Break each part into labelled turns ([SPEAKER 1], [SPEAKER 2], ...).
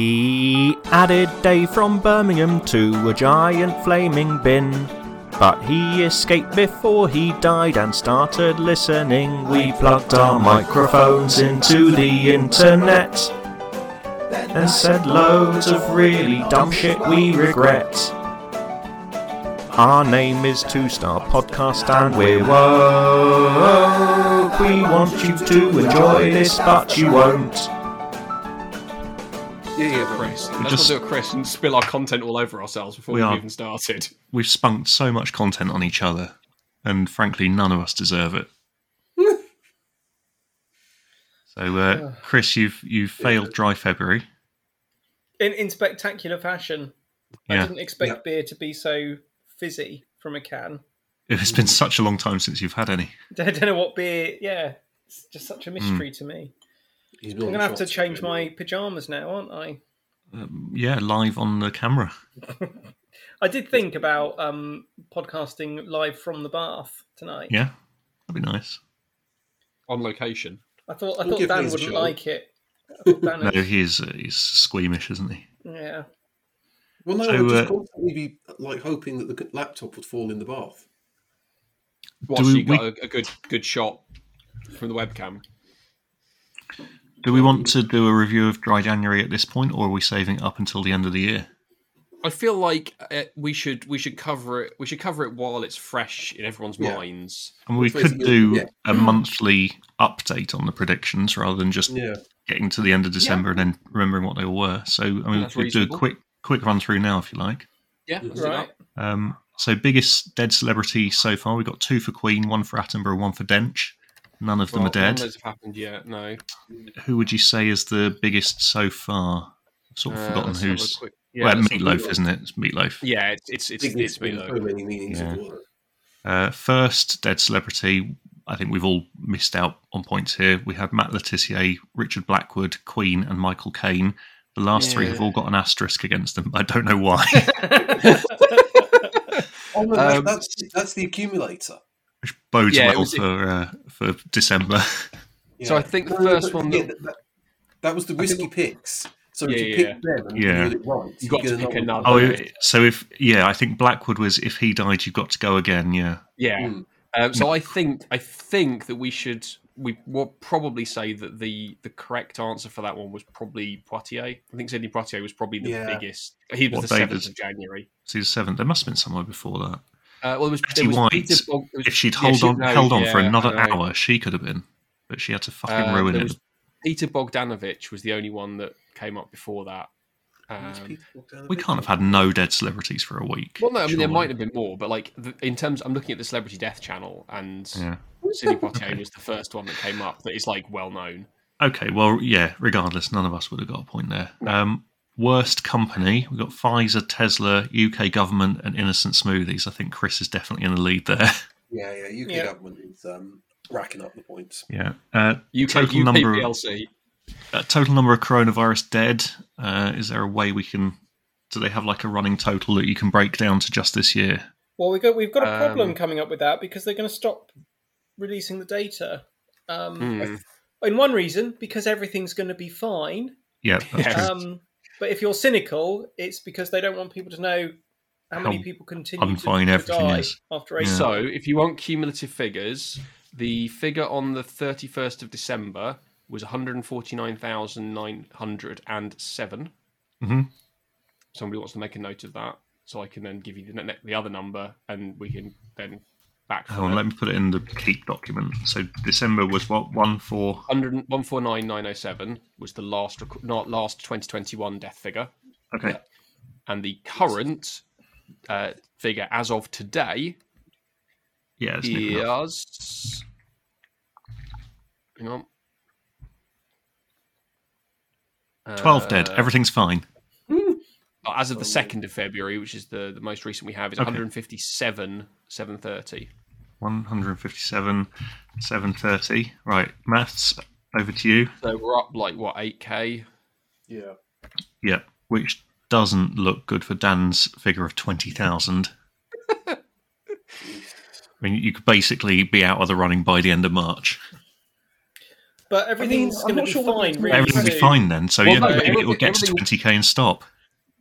[SPEAKER 1] We added Dave from Birmingham to a giant flaming bin. But he escaped before he died and started listening. We plugged our microphones into the internet and said loads of really dumb shit we regret. Our name is Two Star Podcast and we're woke. We want you to enjoy this, but you won't.
[SPEAKER 2] Yeah, yeah, Chris. Let's
[SPEAKER 3] just-
[SPEAKER 2] not do a Chris and spill our content all over ourselves before
[SPEAKER 3] We
[SPEAKER 2] we have
[SPEAKER 3] are.
[SPEAKER 2] even started.
[SPEAKER 3] we've spunked so much content on each other, and frankly, none of us deserve it. so, uh, Chris, you've you've failed dry February.
[SPEAKER 4] in, in spectacular fashion. I
[SPEAKER 3] Yeah.
[SPEAKER 4] didn't expect beer to be so fizzy from a can.
[SPEAKER 3] It's been such a long time since you've had any.
[SPEAKER 4] I don't know what beer. Yeah, it's just such a mystery
[SPEAKER 3] Hmm.
[SPEAKER 4] to me. I'm gonna have to change my pajamas now, aren't I?
[SPEAKER 3] Yeah, live on the camera.
[SPEAKER 4] I did think about um, podcasting live from the bath tonight.
[SPEAKER 3] Yeah, that'd be nice.
[SPEAKER 2] On location.
[SPEAKER 4] I thought I
[SPEAKER 5] We'll
[SPEAKER 4] thought
[SPEAKER 5] give
[SPEAKER 4] Dan
[SPEAKER 5] these a
[SPEAKER 4] wouldn't
[SPEAKER 5] shot.
[SPEAKER 4] like it. I thought Dan
[SPEAKER 3] No,
[SPEAKER 4] would-
[SPEAKER 3] he is uh, he's squeamish, isn't he?
[SPEAKER 4] yeah,
[SPEAKER 5] Well, no,
[SPEAKER 3] So,
[SPEAKER 5] I'd
[SPEAKER 3] uh,
[SPEAKER 5] just constantly be like hoping that the laptop would fall in the bath.
[SPEAKER 2] Watch
[SPEAKER 3] we-
[SPEAKER 2] you got a, a good good shot from the webcam.
[SPEAKER 3] Do we want to do a review of Dry January at this point, or are we saving it up until the end of the year?
[SPEAKER 2] I feel like uh we should we should cover it we should cover it while it's fresh in everyone's
[SPEAKER 5] Yeah.
[SPEAKER 2] minds.
[SPEAKER 3] And we
[SPEAKER 5] Which way is
[SPEAKER 3] could
[SPEAKER 5] it
[SPEAKER 3] do
[SPEAKER 5] gonna- yeah.
[SPEAKER 3] a monthly update on the predictions rather than just
[SPEAKER 5] Yeah,
[SPEAKER 3] getting to the end of December and then remembering what they all were. So I mean,
[SPEAKER 2] That's
[SPEAKER 3] we could do a
[SPEAKER 2] reasonable.
[SPEAKER 3] quick quick run through now if you like.
[SPEAKER 2] Yeah, let's do
[SPEAKER 4] right.
[SPEAKER 2] that.
[SPEAKER 3] Um, so biggest dead celebrity so far, we got two for Queen, one for Attenborough, one for Dench. None of them
[SPEAKER 2] Well,
[SPEAKER 3] are dead.
[SPEAKER 2] None of those have happened yet. No.
[SPEAKER 3] Who would you say is the biggest so far? I've sort of
[SPEAKER 2] Uh,
[SPEAKER 3] forgotten
[SPEAKER 2] let's have a
[SPEAKER 3] who's.
[SPEAKER 2] quick-
[SPEAKER 3] Yeah,
[SPEAKER 2] yeah,
[SPEAKER 3] well,
[SPEAKER 2] let's have a
[SPEAKER 3] meatloaf,
[SPEAKER 2] quick-
[SPEAKER 3] isn't it? It's meatloaf.
[SPEAKER 2] Yeah, it's it's it's,
[SPEAKER 5] Dignity
[SPEAKER 2] it's
[SPEAKER 5] in so
[SPEAKER 2] meatloaf.
[SPEAKER 5] many meanings
[SPEAKER 3] Yeah.
[SPEAKER 5] of the word.
[SPEAKER 3] Uh, first dead celebrity. I think we've all missed out on points here. We had Matt Letitia, Richard Blackwood, Queen, and Michael Caine. The last three have all got an asterisk against them. I don't know why.
[SPEAKER 5] Oh, no, that-
[SPEAKER 2] Um,
[SPEAKER 5] that's, that's the accumulator.
[SPEAKER 3] which bodes
[SPEAKER 2] Yeah, it
[SPEAKER 3] well
[SPEAKER 2] was-
[SPEAKER 3] for uh, for December.
[SPEAKER 2] So I think the first
[SPEAKER 5] but
[SPEAKER 2] one
[SPEAKER 5] yeah,
[SPEAKER 2] that-
[SPEAKER 5] that, that was the
[SPEAKER 2] think-
[SPEAKER 5] whiskey picks. So
[SPEAKER 2] Yeah,
[SPEAKER 5] if you
[SPEAKER 2] yeah,
[SPEAKER 5] pick them and
[SPEAKER 3] Yeah.
[SPEAKER 5] you get it right,
[SPEAKER 2] You got
[SPEAKER 5] get
[SPEAKER 2] to pick another.
[SPEAKER 3] oh, it- so if yeah, I think Blackwood was if he died, you've got to go again. Yeah,
[SPEAKER 2] Yeah.
[SPEAKER 3] Hmm.
[SPEAKER 5] Mm.
[SPEAKER 2] Um, so I think I think that we should we will probably say that the the correct answer for that one was probably Poitier. I think Sidney Poitier was probably the
[SPEAKER 5] Yeah.
[SPEAKER 2] biggest. He was
[SPEAKER 3] What
[SPEAKER 2] the
[SPEAKER 3] date
[SPEAKER 2] seventh
[SPEAKER 3] is-
[SPEAKER 2] of January.
[SPEAKER 3] see the seventh. There must have been somewhere before that.
[SPEAKER 2] Uh, well, it was,
[SPEAKER 3] Betty
[SPEAKER 2] there was
[SPEAKER 3] White.
[SPEAKER 2] Peter Bog- it was-
[SPEAKER 3] If she'd
[SPEAKER 2] yeah,
[SPEAKER 3] hold
[SPEAKER 2] she-
[SPEAKER 3] on,
[SPEAKER 2] no,
[SPEAKER 3] held on for
[SPEAKER 2] yeah,
[SPEAKER 3] another
[SPEAKER 2] I know.
[SPEAKER 3] hour, she could have been, but she had to fucking
[SPEAKER 2] Uh,
[SPEAKER 3] ruin
[SPEAKER 2] there
[SPEAKER 3] it.
[SPEAKER 2] was- Peter Bogdanovich was the only one that came up before that. Um,
[SPEAKER 3] we can't have had no dead celebrities for a week.
[SPEAKER 2] well, no, I mean there
[SPEAKER 3] surely.
[SPEAKER 2] might have been more, but like the, in terms, I'm looking at the Celebrity Death Channel, and
[SPEAKER 3] Yeah.
[SPEAKER 2] Sidney Poitier was the first one that came up that is like well known.
[SPEAKER 3] Okay. Well, yeah. Regardless, none of us would have got a point there. Um, worst company. We've got Pfizer, Tesla, UK government, and Innocent Smoothies. I think Chris is definitely in the lead there.
[SPEAKER 5] Yeah, yeah, UK
[SPEAKER 4] Yeah.
[SPEAKER 5] government is um, racking up the points.
[SPEAKER 3] Yeah. Uh,
[SPEAKER 2] UK,
[SPEAKER 3] Total number of-
[SPEAKER 2] UKPLC.
[SPEAKER 3] uh, total number of coronavirus dead. Uh, is there a way we can? Do they have like a running total that you can break down to just this year?
[SPEAKER 4] Well, we got we've got a problem
[SPEAKER 2] Um,
[SPEAKER 4] coming up with that because they're going to stop releasing the data. Um,
[SPEAKER 2] Hmm.
[SPEAKER 4] In one reason, because everything's going to be fine.
[SPEAKER 3] Yeah, that's
[SPEAKER 2] Yeah.
[SPEAKER 3] true.
[SPEAKER 4] Um, but if you're cynical, it's because they don't want people to know how,
[SPEAKER 3] How
[SPEAKER 4] many people continue to,
[SPEAKER 3] unfine
[SPEAKER 4] to
[SPEAKER 3] everything
[SPEAKER 4] die
[SPEAKER 3] is.
[SPEAKER 4] after eight.
[SPEAKER 3] Yeah.
[SPEAKER 2] So, if you want cumulative figures, the figure on the 31st of December was 149,907.
[SPEAKER 3] Mhm.
[SPEAKER 2] Somebody wants to make a note of that so I can then give you the, ne- the other number and we can then back
[SPEAKER 3] Hang on,
[SPEAKER 2] from
[SPEAKER 3] let me put it in the keep document. So December was what one four.
[SPEAKER 2] 149,907 was the last rec- not last 2021 death figure.
[SPEAKER 3] Okay,
[SPEAKER 2] And the current uh, figure as of today
[SPEAKER 3] yeah, it's near enough.
[SPEAKER 2] is. Hang on.
[SPEAKER 3] twelve dead.
[SPEAKER 2] Uh,
[SPEAKER 3] Everything's fine.
[SPEAKER 2] As of the second of February, which is the, the most recent we have, is
[SPEAKER 3] Okay.
[SPEAKER 2] 157 730.
[SPEAKER 3] One hundred fifty-seven, seven thirty. Right, maths over to you.
[SPEAKER 2] So we're up like what 8k.
[SPEAKER 5] Yeah.
[SPEAKER 3] Yeah, which doesn't look good for Dan's figure of twenty thousand. I mean, you could basically be out of the running by the end of March.
[SPEAKER 4] But everything's
[SPEAKER 2] I'm
[SPEAKER 4] going
[SPEAKER 2] not
[SPEAKER 4] to
[SPEAKER 2] sure
[SPEAKER 4] be
[SPEAKER 2] what
[SPEAKER 4] fine.
[SPEAKER 2] the-
[SPEAKER 4] Really
[SPEAKER 3] Everything will be
[SPEAKER 4] soon.
[SPEAKER 3] fine then. So
[SPEAKER 2] Well,
[SPEAKER 3] yeah,
[SPEAKER 2] no,
[SPEAKER 3] maybe
[SPEAKER 2] everything-
[SPEAKER 3] it'll get to
[SPEAKER 2] everything-
[SPEAKER 3] 20k and stop,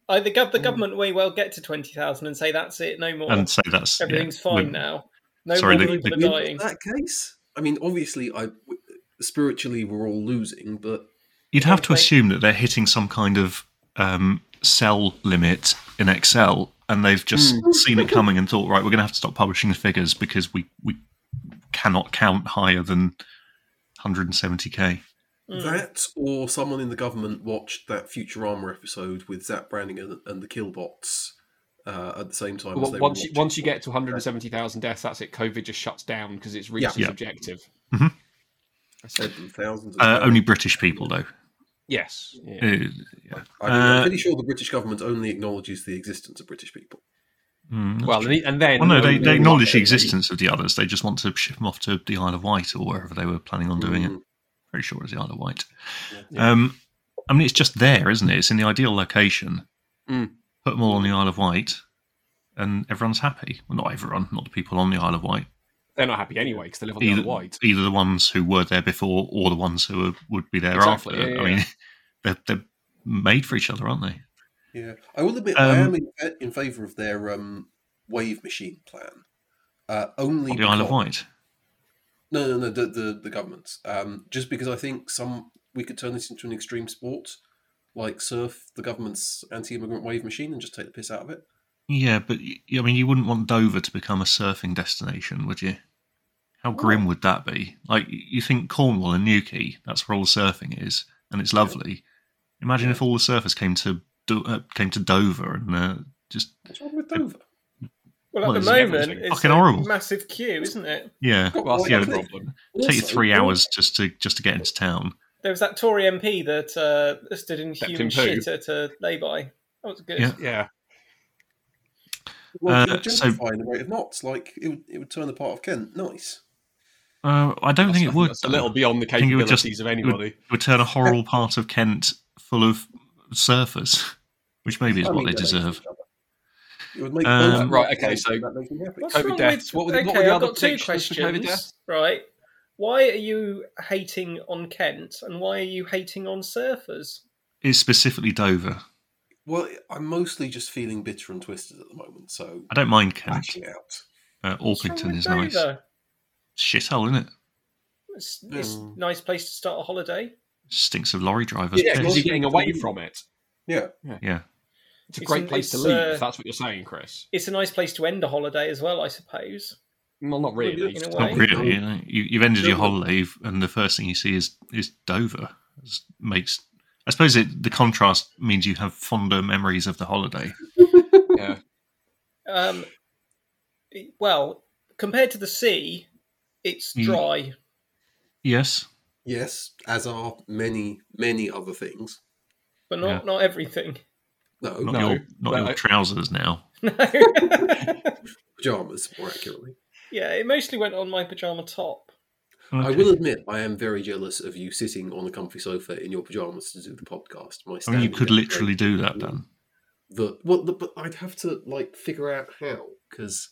[SPEAKER 4] Uh, the,
[SPEAKER 2] Hmm.
[SPEAKER 4] gov- the government way well get to twenty thousand and say that's it, no more.
[SPEAKER 3] and say that's yeah,
[SPEAKER 4] Everything's
[SPEAKER 3] we're-
[SPEAKER 4] fine now. No
[SPEAKER 3] Sorry,
[SPEAKER 4] more
[SPEAKER 3] the-
[SPEAKER 4] people
[SPEAKER 3] the-
[SPEAKER 4] are dying. Hmm.
[SPEAKER 5] In that case, I mean, obviously, I w- spiritually we're all losing, but
[SPEAKER 3] You'd have to
[SPEAKER 4] Like-
[SPEAKER 3] assume that they're hitting some kind of um, cell limit in Excel, and they've just seen it coming and thought, right, we're going to have to stop publishing the figures because we we cannot count higher than 170k.
[SPEAKER 4] Mm.
[SPEAKER 5] that or someone in the government watched that Futurama episode with Zach Branning and, and the Killbots uh, at the same time. as
[SPEAKER 2] Well,
[SPEAKER 5] they were
[SPEAKER 2] once you,
[SPEAKER 5] watching.
[SPEAKER 2] once you get to 170,000 deaths, that's it. COVID just shuts down because it's reached
[SPEAKER 5] Yeah.
[SPEAKER 2] its objective.
[SPEAKER 3] Mhm.
[SPEAKER 2] I
[SPEAKER 5] Said
[SPEAKER 2] said
[SPEAKER 5] them thousands. of
[SPEAKER 3] Uh,
[SPEAKER 5] times.
[SPEAKER 3] only British people though.
[SPEAKER 2] yes. Yeah.
[SPEAKER 3] Uh, yeah.
[SPEAKER 5] I mean, I'm
[SPEAKER 3] uh,
[SPEAKER 5] pretty sure the British government only acknowledges the existence of British people.
[SPEAKER 3] Mm, that's
[SPEAKER 2] Well,
[SPEAKER 3] true.
[SPEAKER 2] and, the- and then
[SPEAKER 3] well, no, they,
[SPEAKER 2] only-
[SPEAKER 3] they acknowledge the existence of the others. They just want to ship them off to the Isle of Wight or wherever they were planning on doing it.
[SPEAKER 5] Mm.
[SPEAKER 3] Pretty sure it's the Isle of Wight.
[SPEAKER 2] Yeah.
[SPEAKER 3] Um, I mean, it's just there, isn't it? It's in the ideal location.
[SPEAKER 2] Mm.
[SPEAKER 3] Put them all on the Isle of Wight, and everyone's happy. Well, not everyone, not the people on the Isle of Wight.
[SPEAKER 2] They're not happy anyway because they live on the
[SPEAKER 3] Either,
[SPEAKER 2] other wide.
[SPEAKER 3] either the ones who were there before or the ones who are, would be there
[SPEAKER 2] Exactly,
[SPEAKER 3] after.
[SPEAKER 2] yeah,
[SPEAKER 3] I
[SPEAKER 2] yeah.
[SPEAKER 3] mean, they're, they're made for each other, aren't they?
[SPEAKER 5] Yeah, I will admit I
[SPEAKER 3] Um,
[SPEAKER 5] am in, in favour of their um, wave machine plan. Uh, only
[SPEAKER 3] On the Isle of
[SPEAKER 5] because-
[SPEAKER 3] Wight.
[SPEAKER 5] No, no, no. The the, the governments. Um, just because I think some we could turn this into an extreme sport, like surf the government's anti-immigrant wave machine and just take the piss out of it.
[SPEAKER 3] Yeah, but y- I mean, you wouldn't want Dover to become a surfing destination, would you? How grim would that be? Like, y- you think Cornwall and Newquay, that's where all the surfing is, and it's lovely. Imagine if all the surfers came to Do- uh, came to Dover and uh, just
[SPEAKER 5] What's wrong with Dover?
[SPEAKER 4] Well, at
[SPEAKER 3] Well,
[SPEAKER 4] the
[SPEAKER 3] it's-
[SPEAKER 4] moment,
[SPEAKER 2] it's
[SPEAKER 4] it's
[SPEAKER 3] fucking
[SPEAKER 4] a
[SPEAKER 3] horrible.
[SPEAKER 4] massive queue, isn't it?
[SPEAKER 3] yeah,
[SPEAKER 2] Well, that's
[SPEAKER 5] Yeah,
[SPEAKER 2] the
[SPEAKER 5] but-
[SPEAKER 2] other problem.
[SPEAKER 3] take you
[SPEAKER 5] Also,
[SPEAKER 3] three hours just to just to get into town.
[SPEAKER 4] There was that Tory MP that uh, stood in
[SPEAKER 2] Stepped
[SPEAKER 4] human
[SPEAKER 2] in poo.
[SPEAKER 4] shit at a lay-by. That was good.
[SPEAKER 3] Yeah.
[SPEAKER 2] Yeah.
[SPEAKER 5] Well,
[SPEAKER 3] Uh,
[SPEAKER 5] you're
[SPEAKER 3] so-
[SPEAKER 5] justifying the rate of knots. Like it would, it would turn the part of Kent. Nice.
[SPEAKER 3] Uh, I don't think it would.
[SPEAKER 2] That's a
[SPEAKER 3] though.
[SPEAKER 2] little beyond the
[SPEAKER 3] I think it would
[SPEAKER 2] capabilities
[SPEAKER 3] just-
[SPEAKER 2] of
[SPEAKER 3] It would,
[SPEAKER 2] anybody.
[SPEAKER 3] it would turn a horrible part of Kent full of surfers, which maybe is
[SPEAKER 5] I
[SPEAKER 3] what
[SPEAKER 5] mean,
[SPEAKER 3] they
[SPEAKER 5] they're nice to
[SPEAKER 3] deserve.
[SPEAKER 5] each other. It would make
[SPEAKER 3] Um,
[SPEAKER 5] both of
[SPEAKER 2] Right,
[SPEAKER 5] them
[SPEAKER 2] okay,
[SPEAKER 5] happy,
[SPEAKER 2] so-
[SPEAKER 5] that makes them happy.
[SPEAKER 4] What's
[SPEAKER 2] COVID
[SPEAKER 4] wrong
[SPEAKER 2] deaths.
[SPEAKER 4] with-
[SPEAKER 2] What were the-
[SPEAKER 4] okay,
[SPEAKER 2] what were the
[SPEAKER 4] I've
[SPEAKER 2] other
[SPEAKER 4] got two
[SPEAKER 2] predictions for COVID
[SPEAKER 4] questions.
[SPEAKER 2] deaths?
[SPEAKER 4] Right. Why are you hating on Kent and why are you hating on surfers?
[SPEAKER 3] It's specifically Dover.
[SPEAKER 5] Well, I'm mostly just feeling bitter and twisted at the moment, so
[SPEAKER 3] I don't mind Kent.
[SPEAKER 5] actually out.
[SPEAKER 3] Uh,
[SPEAKER 4] What's wrong
[SPEAKER 3] Orpington
[SPEAKER 4] with
[SPEAKER 3] is nice.
[SPEAKER 4] Dover?
[SPEAKER 3] Shithole, isn't it?
[SPEAKER 4] It's, it's
[SPEAKER 5] Mm.
[SPEAKER 4] a nice place to start a holiday.
[SPEAKER 3] Stinks of lorry drivers.
[SPEAKER 2] Yeah, because you're
[SPEAKER 3] Piss.
[SPEAKER 2] getting away from it.
[SPEAKER 5] Yeah,
[SPEAKER 3] yeah.
[SPEAKER 2] It's a
[SPEAKER 4] It's
[SPEAKER 2] great
[SPEAKER 4] an-
[SPEAKER 2] place to
[SPEAKER 4] it's,
[SPEAKER 2] leave,
[SPEAKER 4] uh,
[SPEAKER 2] if that's what you're saying, Chris.
[SPEAKER 4] It's a nice place to end a holiday as well, I suppose.
[SPEAKER 2] Well, not
[SPEAKER 5] Well,
[SPEAKER 2] really.
[SPEAKER 4] in a
[SPEAKER 2] It's
[SPEAKER 4] way-
[SPEAKER 3] Not
[SPEAKER 4] Right.
[SPEAKER 3] really. You know. you, you've ended your
[SPEAKER 5] No, no.
[SPEAKER 3] holiday, you've- and the first thing you see is is Dover. It makes I suppose it, the contrast means you have fonder memories of the holiday.
[SPEAKER 2] not- yeah.
[SPEAKER 4] Um, well, compared to the sea, it's
[SPEAKER 2] Hmm.
[SPEAKER 3] Mm.
[SPEAKER 4] dry.
[SPEAKER 3] Yes,
[SPEAKER 5] yes, as are many, many other things.
[SPEAKER 4] But not,
[SPEAKER 3] Yeah.
[SPEAKER 4] not everything.
[SPEAKER 5] No,
[SPEAKER 3] not
[SPEAKER 2] No,
[SPEAKER 3] your not
[SPEAKER 2] but
[SPEAKER 3] your
[SPEAKER 2] I-
[SPEAKER 3] trousers now.
[SPEAKER 4] No.
[SPEAKER 5] pajamas, more accurately.
[SPEAKER 4] yeah, it mostly went on my pajama top.
[SPEAKER 5] I
[SPEAKER 3] Okay.
[SPEAKER 5] will admit, I am very jealous of you sitting on a comfy sofa in your pajamas to do the podcast.
[SPEAKER 3] I
[SPEAKER 5] My
[SPEAKER 3] mean, you
[SPEAKER 5] standing
[SPEAKER 3] could
[SPEAKER 5] desk
[SPEAKER 3] literally
[SPEAKER 5] rate
[SPEAKER 3] do that, Dan.
[SPEAKER 5] The, well, the, but I'd have to like figure out how because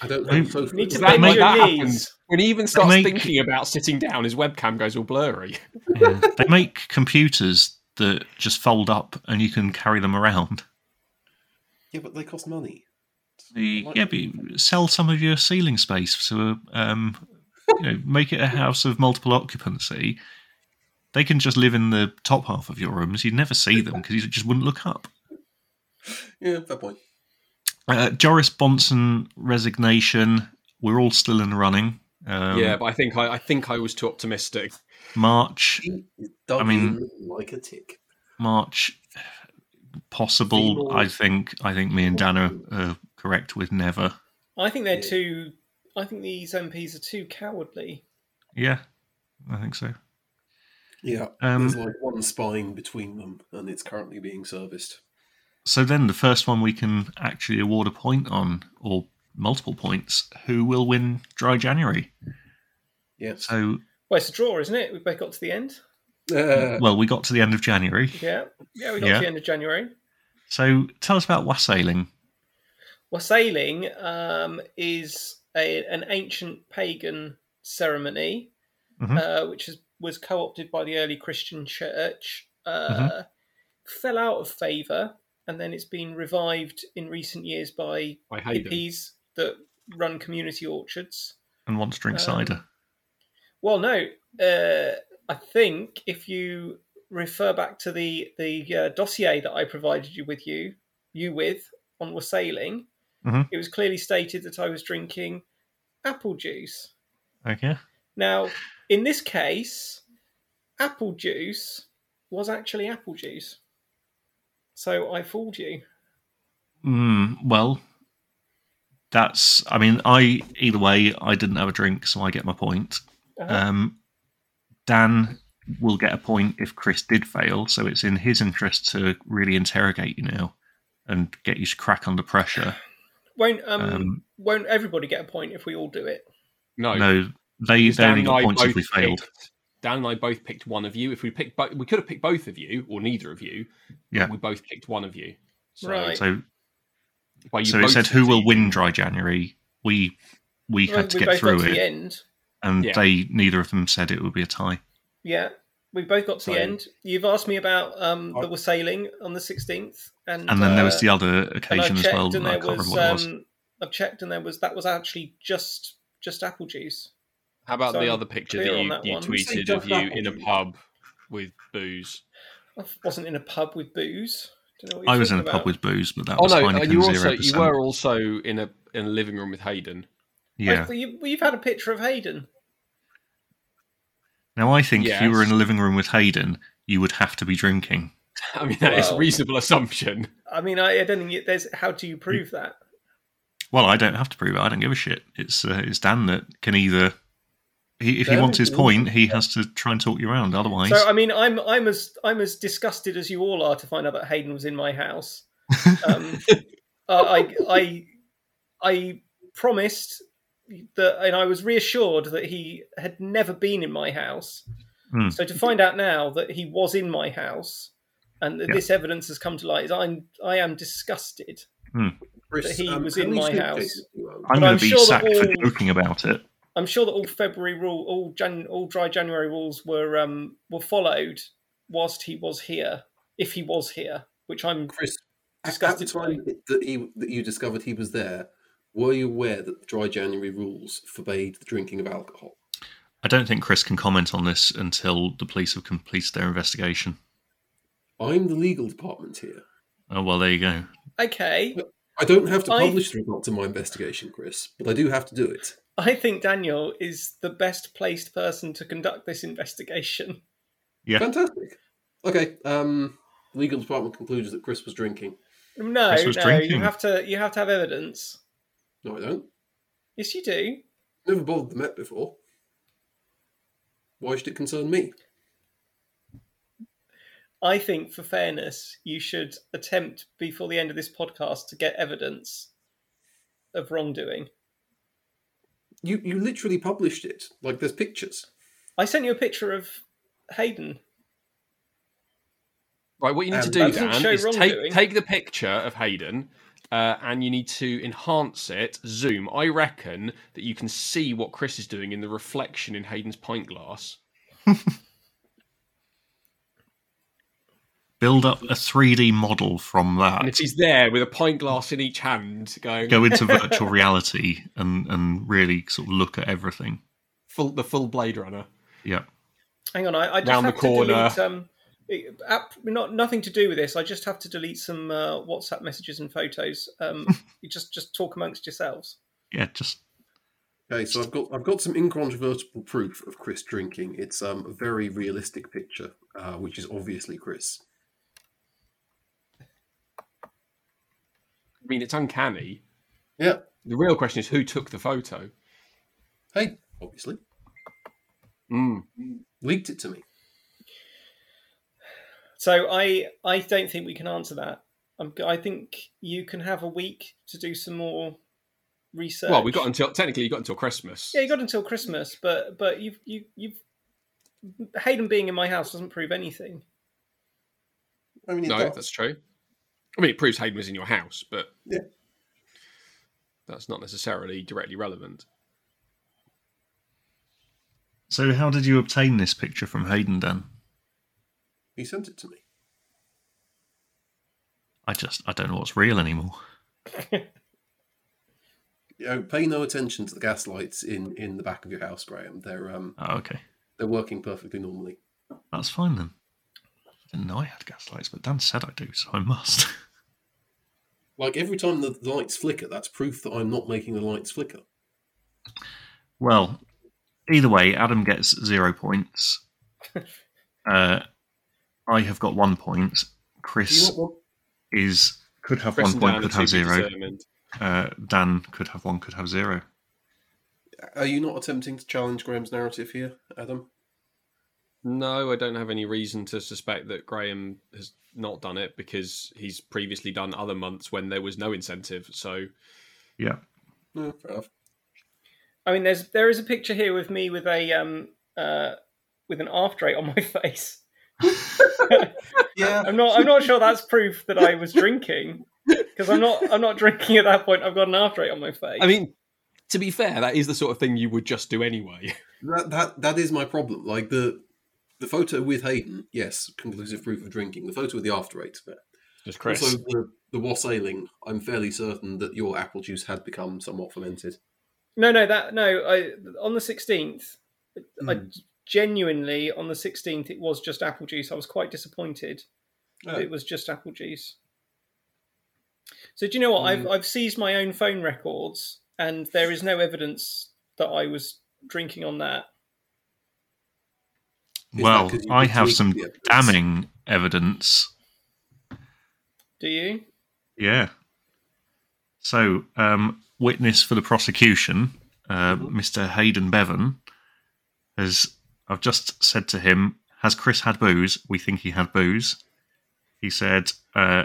[SPEAKER 5] I don't
[SPEAKER 3] You
[SPEAKER 5] have a sofa.
[SPEAKER 4] You need to
[SPEAKER 2] That,
[SPEAKER 4] bend
[SPEAKER 2] like,
[SPEAKER 4] your
[SPEAKER 2] that
[SPEAKER 4] knees.
[SPEAKER 2] happens. When he even starts
[SPEAKER 3] Make-
[SPEAKER 2] thinking about sitting down, his webcam goes all blurry.
[SPEAKER 3] Yeah. they make computers that just fold up and you can carry them around.
[SPEAKER 5] Yeah, but they cost money.
[SPEAKER 3] The, yeah, but you sell some of your ceiling space to a, um, you know, make it a house of multiple occupancy. They can just live in the top half of your rooms. You'd never see them because you just wouldn't look up.
[SPEAKER 5] Yeah, fair point.
[SPEAKER 3] Uh, Joris Bonson resignation. We're all still in the running. Um,
[SPEAKER 2] yeah, but I think I, I think I was too optimistic.
[SPEAKER 3] March,
[SPEAKER 5] He is dug
[SPEAKER 3] I mean-
[SPEAKER 5] in like a tick.
[SPEAKER 3] March, possible.
[SPEAKER 5] Seymour.
[SPEAKER 3] I think. I think me and Dan are uh, correct with never.
[SPEAKER 4] I think they're
[SPEAKER 5] Yeah.
[SPEAKER 4] too. I think these MPs are too cowardly.
[SPEAKER 3] Yeah, I think so.
[SPEAKER 5] Yeah,
[SPEAKER 3] Um,
[SPEAKER 5] there's like one spine between them, and it's currently being serviced.
[SPEAKER 3] So then the first one we can actually award a point on, or multiple points, who will win Dry January.
[SPEAKER 5] Yes.
[SPEAKER 3] So,
[SPEAKER 4] Well, it's a draw, isn't it? We both got to the end.
[SPEAKER 5] Uh,
[SPEAKER 3] well, we got to the end of January.
[SPEAKER 4] Yeah, yeah, we got
[SPEAKER 3] Yeah.
[SPEAKER 4] to the end of January.
[SPEAKER 3] So tell us about wassailing.
[SPEAKER 4] Wassailing um, is a, an ancient pagan ceremony uh, which is, was co-opted by the early Christian church, uh, fell out of favour, and then it's been revived in recent years by
[SPEAKER 2] I hate it.
[SPEAKER 4] hippies that run community orchards.
[SPEAKER 3] and want to drink
[SPEAKER 4] Um,
[SPEAKER 3] cider.
[SPEAKER 4] Well, no, uh, I think if you refer back to the the uh, dossier that I provided you with you you with on wassailing,
[SPEAKER 3] Mhm.
[SPEAKER 4] it was clearly stated that I was drinking apple juice.
[SPEAKER 3] Okay.
[SPEAKER 4] Now, in this case, apple juice was actually apple juice. So I fooled you.
[SPEAKER 3] Mm, well, that's. I mean, I either way, I didn't have a drink, so I get my point.
[SPEAKER 4] Uh-huh.
[SPEAKER 3] Um, Dan will get a point if Chris did fail, so it's in his interest to really interrogate you now and get you to crack under pressure.
[SPEAKER 4] won't um,
[SPEAKER 3] um,
[SPEAKER 4] won't everybody get a point if we all do it?
[SPEAKER 2] No,
[SPEAKER 3] No, they
[SPEAKER 2] Oh, because
[SPEAKER 3] they only got
[SPEAKER 2] I
[SPEAKER 3] points if
[SPEAKER 2] both
[SPEAKER 3] we failed.
[SPEAKER 2] picked- Dan and I both picked one of you. If we picked, bo- we could have picked both of you or neither of you. but
[SPEAKER 3] Yeah.
[SPEAKER 2] we both picked one of you. So,
[SPEAKER 4] Right.
[SPEAKER 3] So
[SPEAKER 2] well, you
[SPEAKER 3] so it
[SPEAKER 2] both
[SPEAKER 3] said who will
[SPEAKER 2] succeeded.
[SPEAKER 3] win Dry January. We we
[SPEAKER 4] Well,
[SPEAKER 3] had to
[SPEAKER 4] we
[SPEAKER 3] get
[SPEAKER 4] both got
[SPEAKER 3] through
[SPEAKER 4] to the
[SPEAKER 3] it,
[SPEAKER 4] end.
[SPEAKER 3] and
[SPEAKER 2] Yeah.
[SPEAKER 3] they neither of them said it would be a tie.
[SPEAKER 4] Yeah, we both got to
[SPEAKER 2] So-
[SPEAKER 4] the end. You've asked me about um,
[SPEAKER 5] I-
[SPEAKER 4] that we're sailing on the sixteenth, and
[SPEAKER 3] And then there was
[SPEAKER 4] uh,
[SPEAKER 3] the other
[SPEAKER 4] and I've
[SPEAKER 3] occasion as well.
[SPEAKER 4] checked
[SPEAKER 3] that
[SPEAKER 4] and
[SPEAKER 3] I
[SPEAKER 4] there
[SPEAKER 3] can't remember
[SPEAKER 4] was,
[SPEAKER 3] what it was.
[SPEAKER 4] Um, I've checked, and there was that was actually just just apple juice.
[SPEAKER 2] How about
[SPEAKER 4] So
[SPEAKER 2] the
[SPEAKER 4] I'm
[SPEAKER 2] other picture
[SPEAKER 4] clear
[SPEAKER 2] that
[SPEAKER 4] on
[SPEAKER 2] you,
[SPEAKER 4] that
[SPEAKER 2] you
[SPEAKER 4] one.
[SPEAKER 5] You say
[SPEAKER 2] tweeted of
[SPEAKER 5] Duff
[SPEAKER 2] you
[SPEAKER 5] Apple
[SPEAKER 2] in a
[SPEAKER 5] juice.
[SPEAKER 2] pub with booze?
[SPEAKER 4] I wasn't in a pub with booze. Don't know what you're
[SPEAKER 3] I was in a
[SPEAKER 4] talking
[SPEAKER 3] pub
[SPEAKER 4] about.
[SPEAKER 3] with booze, but that
[SPEAKER 2] Oh
[SPEAKER 3] was
[SPEAKER 2] no,
[SPEAKER 3] Heineken
[SPEAKER 2] and you also
[SPEAKER 3] 0%.
[SPEAKER 2] you were also in a in a living room with Hayden.
[SPEAKER 3] yeah.
[SPEAKER 4] I- you, you've had a picture of Hayden.
[SPEAKER 3] Now I think if you were
[SPEAKER 2] Yes.
[SPEAKER 3] in a living room with Hayden, you would have to be drinking.
[SPEAKER 2] I mean, that is a
[SPEAKER 4] Well-
[SPEAKER 2] reasonable assumption.
[SPEAKER 4] I mean, I, I don't think it, there's. How do you prove that?
[SPEAKER 3] Well, I don't have to prove it. I don't give a shit. It's uh, it's Dan that can either. He, if he
[SPEAKER 5] Dan
[SPEAKER 3] wants his
[SPEAKER 5] is-
[SPEAKER 3] point, he has to try and talk you around. Otherwise,
[SPEAKER 4] So I mean, I'm I'm as I'm as disgusted as you all are to find out that Hayden was in my house. Um, I, I I I promised that, and I was reassured that he had never been in my house.
[SPEAKER 3] Hmm.
[SPEAKER 4] So to find out now that he was in my house, and that
[SPEAKER 3] Yeah.
[SPEAKER 4] this evidence has come to light, is I'm I am disgusted.
[SPEAKER 5] Chris, um,
[SPEAKER 4] That he was
[SPEAKER 5] how
[SPEAKER 4] in
[SPEAKER 5] many
[SPEAKER 4] my
[SPEAKER 5] Snake
[SPEAKER 4] house.
[SPEAKER 5] cases do you own?
[SPEAKER 3] I'm
[SPEAKER 4] but
[SPEAKER 3] going
[SPEAKER 4] I'm
[SPEAKER 3] to be
[SPEAKER 4] sure that
[SPEAKER 3] sacked for
[SPEAKER 4] all-
[SPEAKER 3] joking about it.
[SPEAKER 4] I'm sure that all February rule, all Jan, all dry January rules were um were followed whilst he was here, if he was here, which I'm
[SPEAKER 5] Chris, at at the
[SPEAKER 4] Disgusted
[SPEAKER 5] time that he that you discovered he was there, were you aware that the dry January rules forbade the drinking of alcohol?
[SPEAKER 3] I don't think Chris can comment on this until the police have completed their investigation.
[SPEAKER 5] I'm the legal department here.
[SPEAKER 3] Oh well, there you go.
[SPEAKER 4] okay.
[SPEAKER 5] I don't have to
[SPEAKER 4] I-
[SPEAKER 5] publish the results of my investigation, Chris, but I do have to do it.
[SPEAKER 4] I think Daniel is the best placed person to conduct this investigation.
[SPEAKER 3] Yeah.
[SPEAKER 5] Fantastic. Okay. Um, the legal department concludes that Chris was drinking.
[SPEAKER 4] No,
[SPEAKER 3] Chris
[SPEAKER 4] no,
[SPEAKER 3] was drinking.
[SPEAKER 4] you have to you have to have evidence.
[SPEAKER 5] No, I don't.
[SPEAKER 4] Yes, you do.
[SPEAKER 5] Never bothered the Met before. Why should it concern me?
[SPEAKER 4] I think, for fairness, you should attempt before the end of this podcast to get evidence of wrongdoing.
[SPEAKER 5] You you literally published it. Like there's pictures.
[SPEAKER 4] I sent you a picture of Hayden.
[SPEAKER 2] Right, what you need
[SPEAKER 5] Um,
[SPEAKER 2] to do,
[SPEAKER 5] that
[SPEAKER 4] doesn't
[SPEAKER 2] Dan,
[SPEAKER 4] show
[SPEAKER 2] is
[SPEAKER 4] wrongdoing.
[SPEAKER 2] take take the picture of Hayden, uh, and you need to enhance it, zoom. I reckon that you can see what Chris is doing in the reflection in Hayden's pint glass.
[SPEAKER 3] Build up a 3D model from
[SPEAKER 2] And
[SPEAKER 3] that.
[SPEAKER 2] if he's there with a pint glass in each hand, going
[SPEAKER 3] Go into virtual reality and and really sort of look at everything.
[SPEAKER 2] full the full Blade Runner.
[SPEAKER 3] Yeah.
[SPEAKER 4] Hang on, I, I just
[SPEAKER 2] Round the
[SPEAKER 4] have
[SPEAKER 2] corner.
[SPEAKER 4] to delete. Um, it- app, not nothing to do with this. I just have to delete some uh, WhatsApp messages and photos. Um, you just just talk amongst yourselves.
[SPEAKER 3] Yeah. Just
[SPEAKER 5] Okay, so I've got I've got some incontrovertible proof of Chris drinking. It's um, a very realistic picture, uh, which is obviously Chris.
[SPEAKER 2] I mean, it's uncanny.
[SPEAKER 5] Yeah.
[SPEAKER 2] The real question is who took the photo.
[SPEAKER 5] Hey, obviously
[SPEAKER 2] Mm.
[SPEAKER 5] leaked it to me.
[SPEAKER 4] So I I don't think we can answer that. I'm, g- I think you can have a week to do some more research.
[SPEAKER 2] Well, we got until technically you got until Christmas.
[SPEAKER 4] yeah, you got until Christmas, but but you've you you've Hayden being in my house doesn't prove anything.
[SPEAKER 5] I mean, it
[SPEAKER 2] No,
[SPEAKER 5] does.
[SPEAKER 2] that's true. I mean, it proves Hayden was in your house, but
[SPEAKER 5] Yeah.
[SPEAKER 2] that's not necessarily directly relevant.
[SPEAKER 3] So, how did you obtain this picture from Hayden, Dan?
[SPEAKER 5] He sent it to me.
[SPEAKER 3] I just I don't know what's real anymore.
[SPEAKER 5] You know, Oh, pay no attention to the gas lights in in the back of your house, Graham. They're um
[SPEAKER 3] Oh, okay,
[SPEAKER 5] they're working perfectly normally.
[SPEAKER 3] that's fine then. I didn't know I had gaslights, but Dan said I do, so I must.
[SPEAKER 5] Like every time the lights flicker, that's proof that I'm not making the lights flicker.
[SPEAKER 3] Well, either way, Adam gets zero points. uh, I have got one point.
[SPEAKER 5] Do you
[SPEAKER 3] Chris
[SPEAKER 5] want one?
[SPEAKER 3] is could have
[SPEAKER 2] Chris
[SPEAKER 3] one
[SPEAKER 2] and Dan
[SPEAKER 3] point, could
[SPEAKER 2] are
[SPEAKER 3] have
[SPEAKER 2] too
[SPEAKER 3] zero.
[SPEAKER 2] determined.
[SPEAKER 3] Uh, Dan could have one, could have zero.
[SPEAKER 5] Are you not attempting to challenge Graham's narrative here, Adam?
[SPEAKER 2] No, I don't have any reason to suspect that Graham has not done it because he's previously done other months when there was no incentive. So
[SPEAKER 3] Yeah,
[SPEAKER 5] No, fair enough.
[SPEAKER 4] I mean, there's there is a picture here with me with a um uh with an after eight on my face.
[SPEAKER 5] Yeah,
[SPEAKER 4] I'm not I'm not sure that's proof that I was drinking because I'm not I'm not drinking at that point. I've got an after eight on my face.
[SPEAKER 2] I mean, to be fair, that is the sort of thing you would just do anyway.
[SPEAKER 5] that that that is my problem. Like the the photo with Hayden, yes, conclusive proof of drinking. The photo with the after eight, but
[SPEAKER 2] Just Chris.
[SPEAKER 5] also the the wassailing. I'm fairly certain that your apple juice had become somewhat fermented.
[SPEAKER 4] no, no, that no. I on the sixteenth, I
[SPEAKER 5] Hmm.
[SPEAKER 4] genuinely on the sixteenth it was just apple juice. I was quite disappointed.
[SPEAKER 5] Oh.
[SPEAKER 4] It was just apple juice. So do you know what?
[SPEAKER 5] Hmm.
[SPEAKER 4] I've I've seized my own phone records, and there is no evidence that I was drinking on that.
[SPEAKER 5] Is that
[SPEAKER 3] Well,
[SPEAKER 5] 'cause you
[SPEAKER 3] I
[SPEAKER 5] could
[SPEAKER 3] have
[SPEAKER 5] tweak
[SPEAKER 3] some
[SPEAKER 5] the evidence?
[SPEAKER 3] damning evidence.
[SPEAKER 4] Do you?
[SPEAKER 3] Yeah. So, um, witness for the prosecution, uh, Mr. Hayden Bevan, has. I've just said to him, "Has Chris had booze? We think he had booze." He said, uh,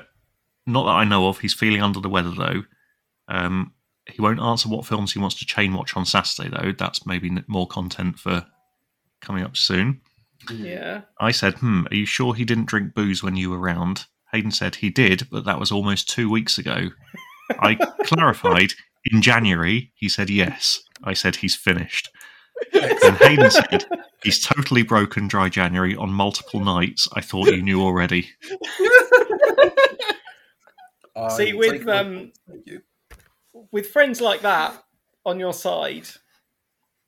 [SPEAKER 3] "Not that I know of. He's feeling under the weather though. Um, he won't answer what films he wants to chain watch on Saturday though. That's maybe n- more content for coming up soon."
[SPEAKER 4] Yeah.
[SPEAKER 3] I said, Hmm, are you sure he didn't drink booze when you were around? Hayden said he did, but that was almost two weeks ago. I clarified in January. He said yes. I said he's finished. And Hayden said he's totally broken dry January on multiple nights. I thought you knew already.
[SPEAKER 5] I
[SPEAKER 4] See,
[SPEAKER 5] will
[SPEAKER 4] with,
[SPEAKER 5] take my
[SPEAKER 4] um,
[SPEAKER 5] point, thank you.
[SPEAKER 4] With friends like that on your side,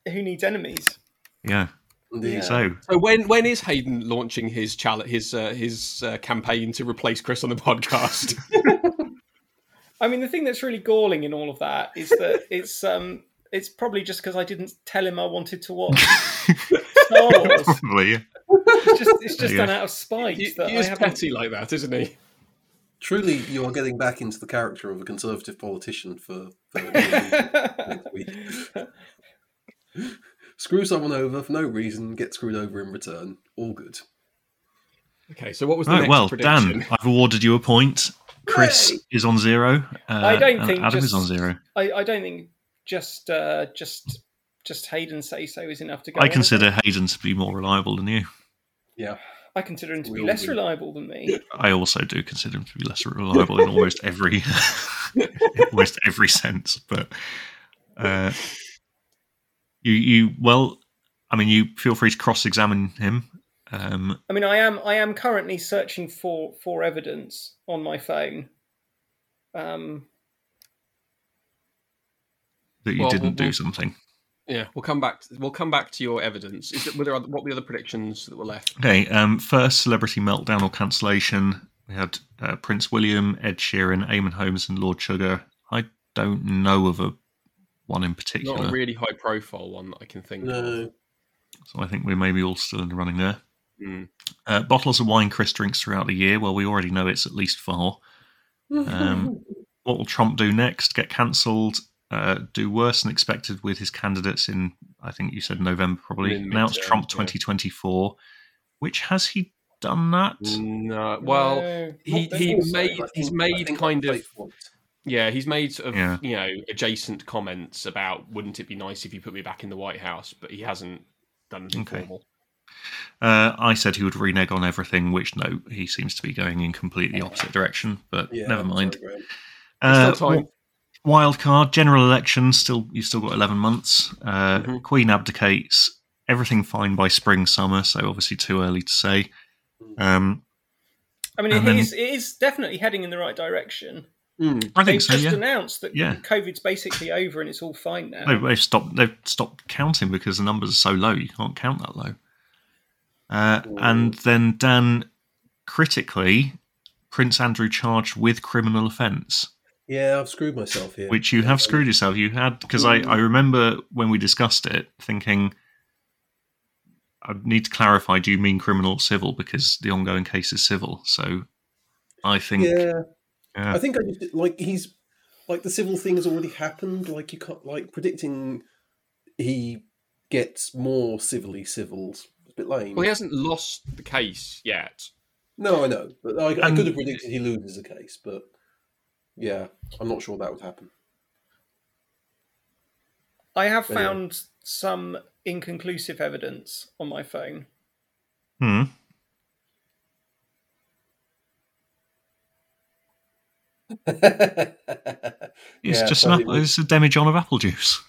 [SPEAKER 4] who needs enemies?
[SPEAKER 3] Yeah.
[SPEAKER 5] Indeed.
[SPEAKER 3] So
[SPEAKER 2] So when when is Hayden launching his challenge, his uh, his uh, campaign to replace Chris on the podcast?
[SPEAKER 4] I mean, the thing that's really galling in all of that is that it's um, it's probably just because I didn't tell him I wanted to watch Star Wars.
[SPEAKER 3] probably
[SPEAKER 4] It's just it's just
[SPEAKER 3] Yeah.
[SPEAKER 4] done out of spite
[SPEAKER 2] he,
[SPEAKER 4] that
[SPEAKER 2] he
[SPEAKER 4] I
[SPEAKER 2] is
[SPEAKER 4] haven't.
[SPEAKER 2] petty like that, isn't he?
[SPEAKER 5] Truly, you are getting back into the character of a conservative politician for, for next week. Screw someone over for no reason, get screwed over in return. All good.
[SPEAKER 2] Okay, so what was the
[SPEAKER 3] Right,
[SPEAKER 2] next
[SPEAKER 3] well,
[SPEAKER 2] prediction?
[SPEAKER 3] Dan, I've awarded you a point. Chris is on zero. Uh,
[SPEAKER 4] I don't
[SPEAKER 3] and
[SPEAKER 4] think
[SPEAKER 3] Adam
[SPEAKER 4] just-
[SPEAKER 3] is on zero.
[SPEAKER 4] I, I don't think just uh, just just Hayden say so is enough to go.
[SPEAKER 3] I
[SPEAKER 4] on.
[SPEAKER 3] consider Hayden to be more reliable than you.
[SPEAKER 5] Yeah.
[SPEAKER 4] I consider him to be
[SPEAKER 5] Will
[SPEAKER 4] less
[SPEAKER 5] do.
[SPEAKER 4] reliable than me.
[SPEAKER 3] I also do consider him to be less reliable in almost every in almost every sense. But uh, you you well, I mean, you feel free to cross-examine him. Um,
[SPEAKER 4] I mean, I am I am currently searching for for evidence on my phone. Um,
[SPEAKER 3] that you
[SPEAKER 2] Well,
[SPEAKER 3] didn't
[SPEAKER 2] well,
[SPEAKER 3] do something.
[SPEAKER 2] Yeah, we'll come back. To, we'll come back to your evidence. Is it, were there other, what were the other predictions that were left?
[SPEAKER 3] Okay. Um, first, celebrity meltdown or cancellation. We had uh, Prince William, Ed Sheeran, Eamon Holmes, and Lord Sugar. I don't know of a one in particular,
[SPEAKER 2] Not a really high profile one that I can think of.
[SPEAKER 5] No.
[SPEAKER 3] so I think we're maybe all still in the running there.
[SPEAKER 2] Hmm.
[SPEAKER 3] Uh, bottles of wine Chris drinks throughout the year. Well, we already know it's at least four. Um, what will Trump do next? Get cancelled? Uh, do worse than expected with his candidates in, I think you said November probably.
[SPEAKER 2] In
[SPEAKER 3] Announce
[SPEAKER 2] midterms,
[SPEAKER 3] Trump
[SPEAKER 2] yeah.
[SPEAKER 3] 2024, which has he done that?
[SPEAKER 2] Mm. No, well,
[SPEAKER 4] no.
[SPEAKER 2] he
[SPEAKER 5] Not
[SPEAKER 2] he
[SPEAKER 5] also,
[SPEAKER 2] made
[SPEAKER 5] but I
[SPEAKER 2] he's
[SPEAKER 5] think- I
[SPEAKER 2] made
[SPEAKER 5] think
[SPEAKER 2] kind
[SPEAKER 5] I'll
[SPEAKER 2] of
[SPEAKER 5] take point.
[SPEAKER 2] yeah he's made sort of
[SPEAKER 3] Yeah.
[SPEAKER 2] you know adjacent comments about wouldn't it be nice if you put me back in the White House, but he hasn't done anything
[SPEAKER 3] Okay.
[SPEAKER 2] formal.
[SPEAKER 3] Uh, I said he would renege on everything, which no, he seems to be going in completely opposite direction, but
[SPEAKER 5] Yeah,
[SPEAKER 3] never
[SPEAKER 5] I'm
[SPEAKER 3] mind.
[SPEAKER 5] sorry, Graham.
[SPEAKER 3] Uh,
[SPEAKER 2] still time.
[SPEAKER 3] wh- wild card, general election. Still, you've still got eleven months. Uh,
[SPEAKER 2] Mhm.
[SPEAKER 3] Queen abdicates. everything fine by spring summer. So obviously too early to say. Um,
[SPEAKER 4] I mean, it
[SPEAKER 3] And then-
[SPEAKER 4] is it is definitely heading in the right direction.
[SPEAKER 5] Mm.
[SPEAKER 3] I think
[SPEAKER 4] They've
[SPEAKER 3] so.
[SPEAKER 4] just
[SPEAKER 3] Yeah.
[SPEAKER 4] announced that
[SPEAKER 3] Yeah. Oh,
[SPEAKER 4] COVID's basically over and it's all fine now.
[SPEAKER 3] They- They've stopped. They've stopped counting because the numbers are so low. You can't count that low. Uh, and then Dan, critically, Prince Andrew charged with criminal offence,
[SPEAKER 5] Yeah, I've screwed myself here. Um,
[SPEAKER 3] which you have screwed yourself. You had because I, I remember when we discussed it, thinking. I need to clarify. Do you mean criminal or civil? Because the ongoing case is civil. So, I think Uh,
[SPEAKER 5] Yeah,
[SPEAKER 3] yeah.
[SPEAKER 5] I think I just like he's like the civil thing has already happened. Like you can't like predicting he gets more civilly civilled. It's a bit lame.
[SPEAKER 2] Well, he hasn't lost the case yet.
[SPEAKER 5] No, I know, but I, I
[SPEAKER 3] And-
[SPEAKER 5] could have predicted he loses the case, but yeah, I'm not sure that would happen.
[SPEAKER 4] I have
[SPEAKER 5] Anyway.
[SPEAKER 4] found some inconclusive evidence on my phone.
[SPEAKER 3] Hmm. It's
[SPEAKER 5] Yeah,
[SPEAKER 3] just
[SPEAKER 5] so
[SPEAKER 3] an
[SPEAKER 5] it
[SPEAKER 3] apple.
[SPEAKER 5] would-
[SPEAKER 3] It's a demijohn of apple juice.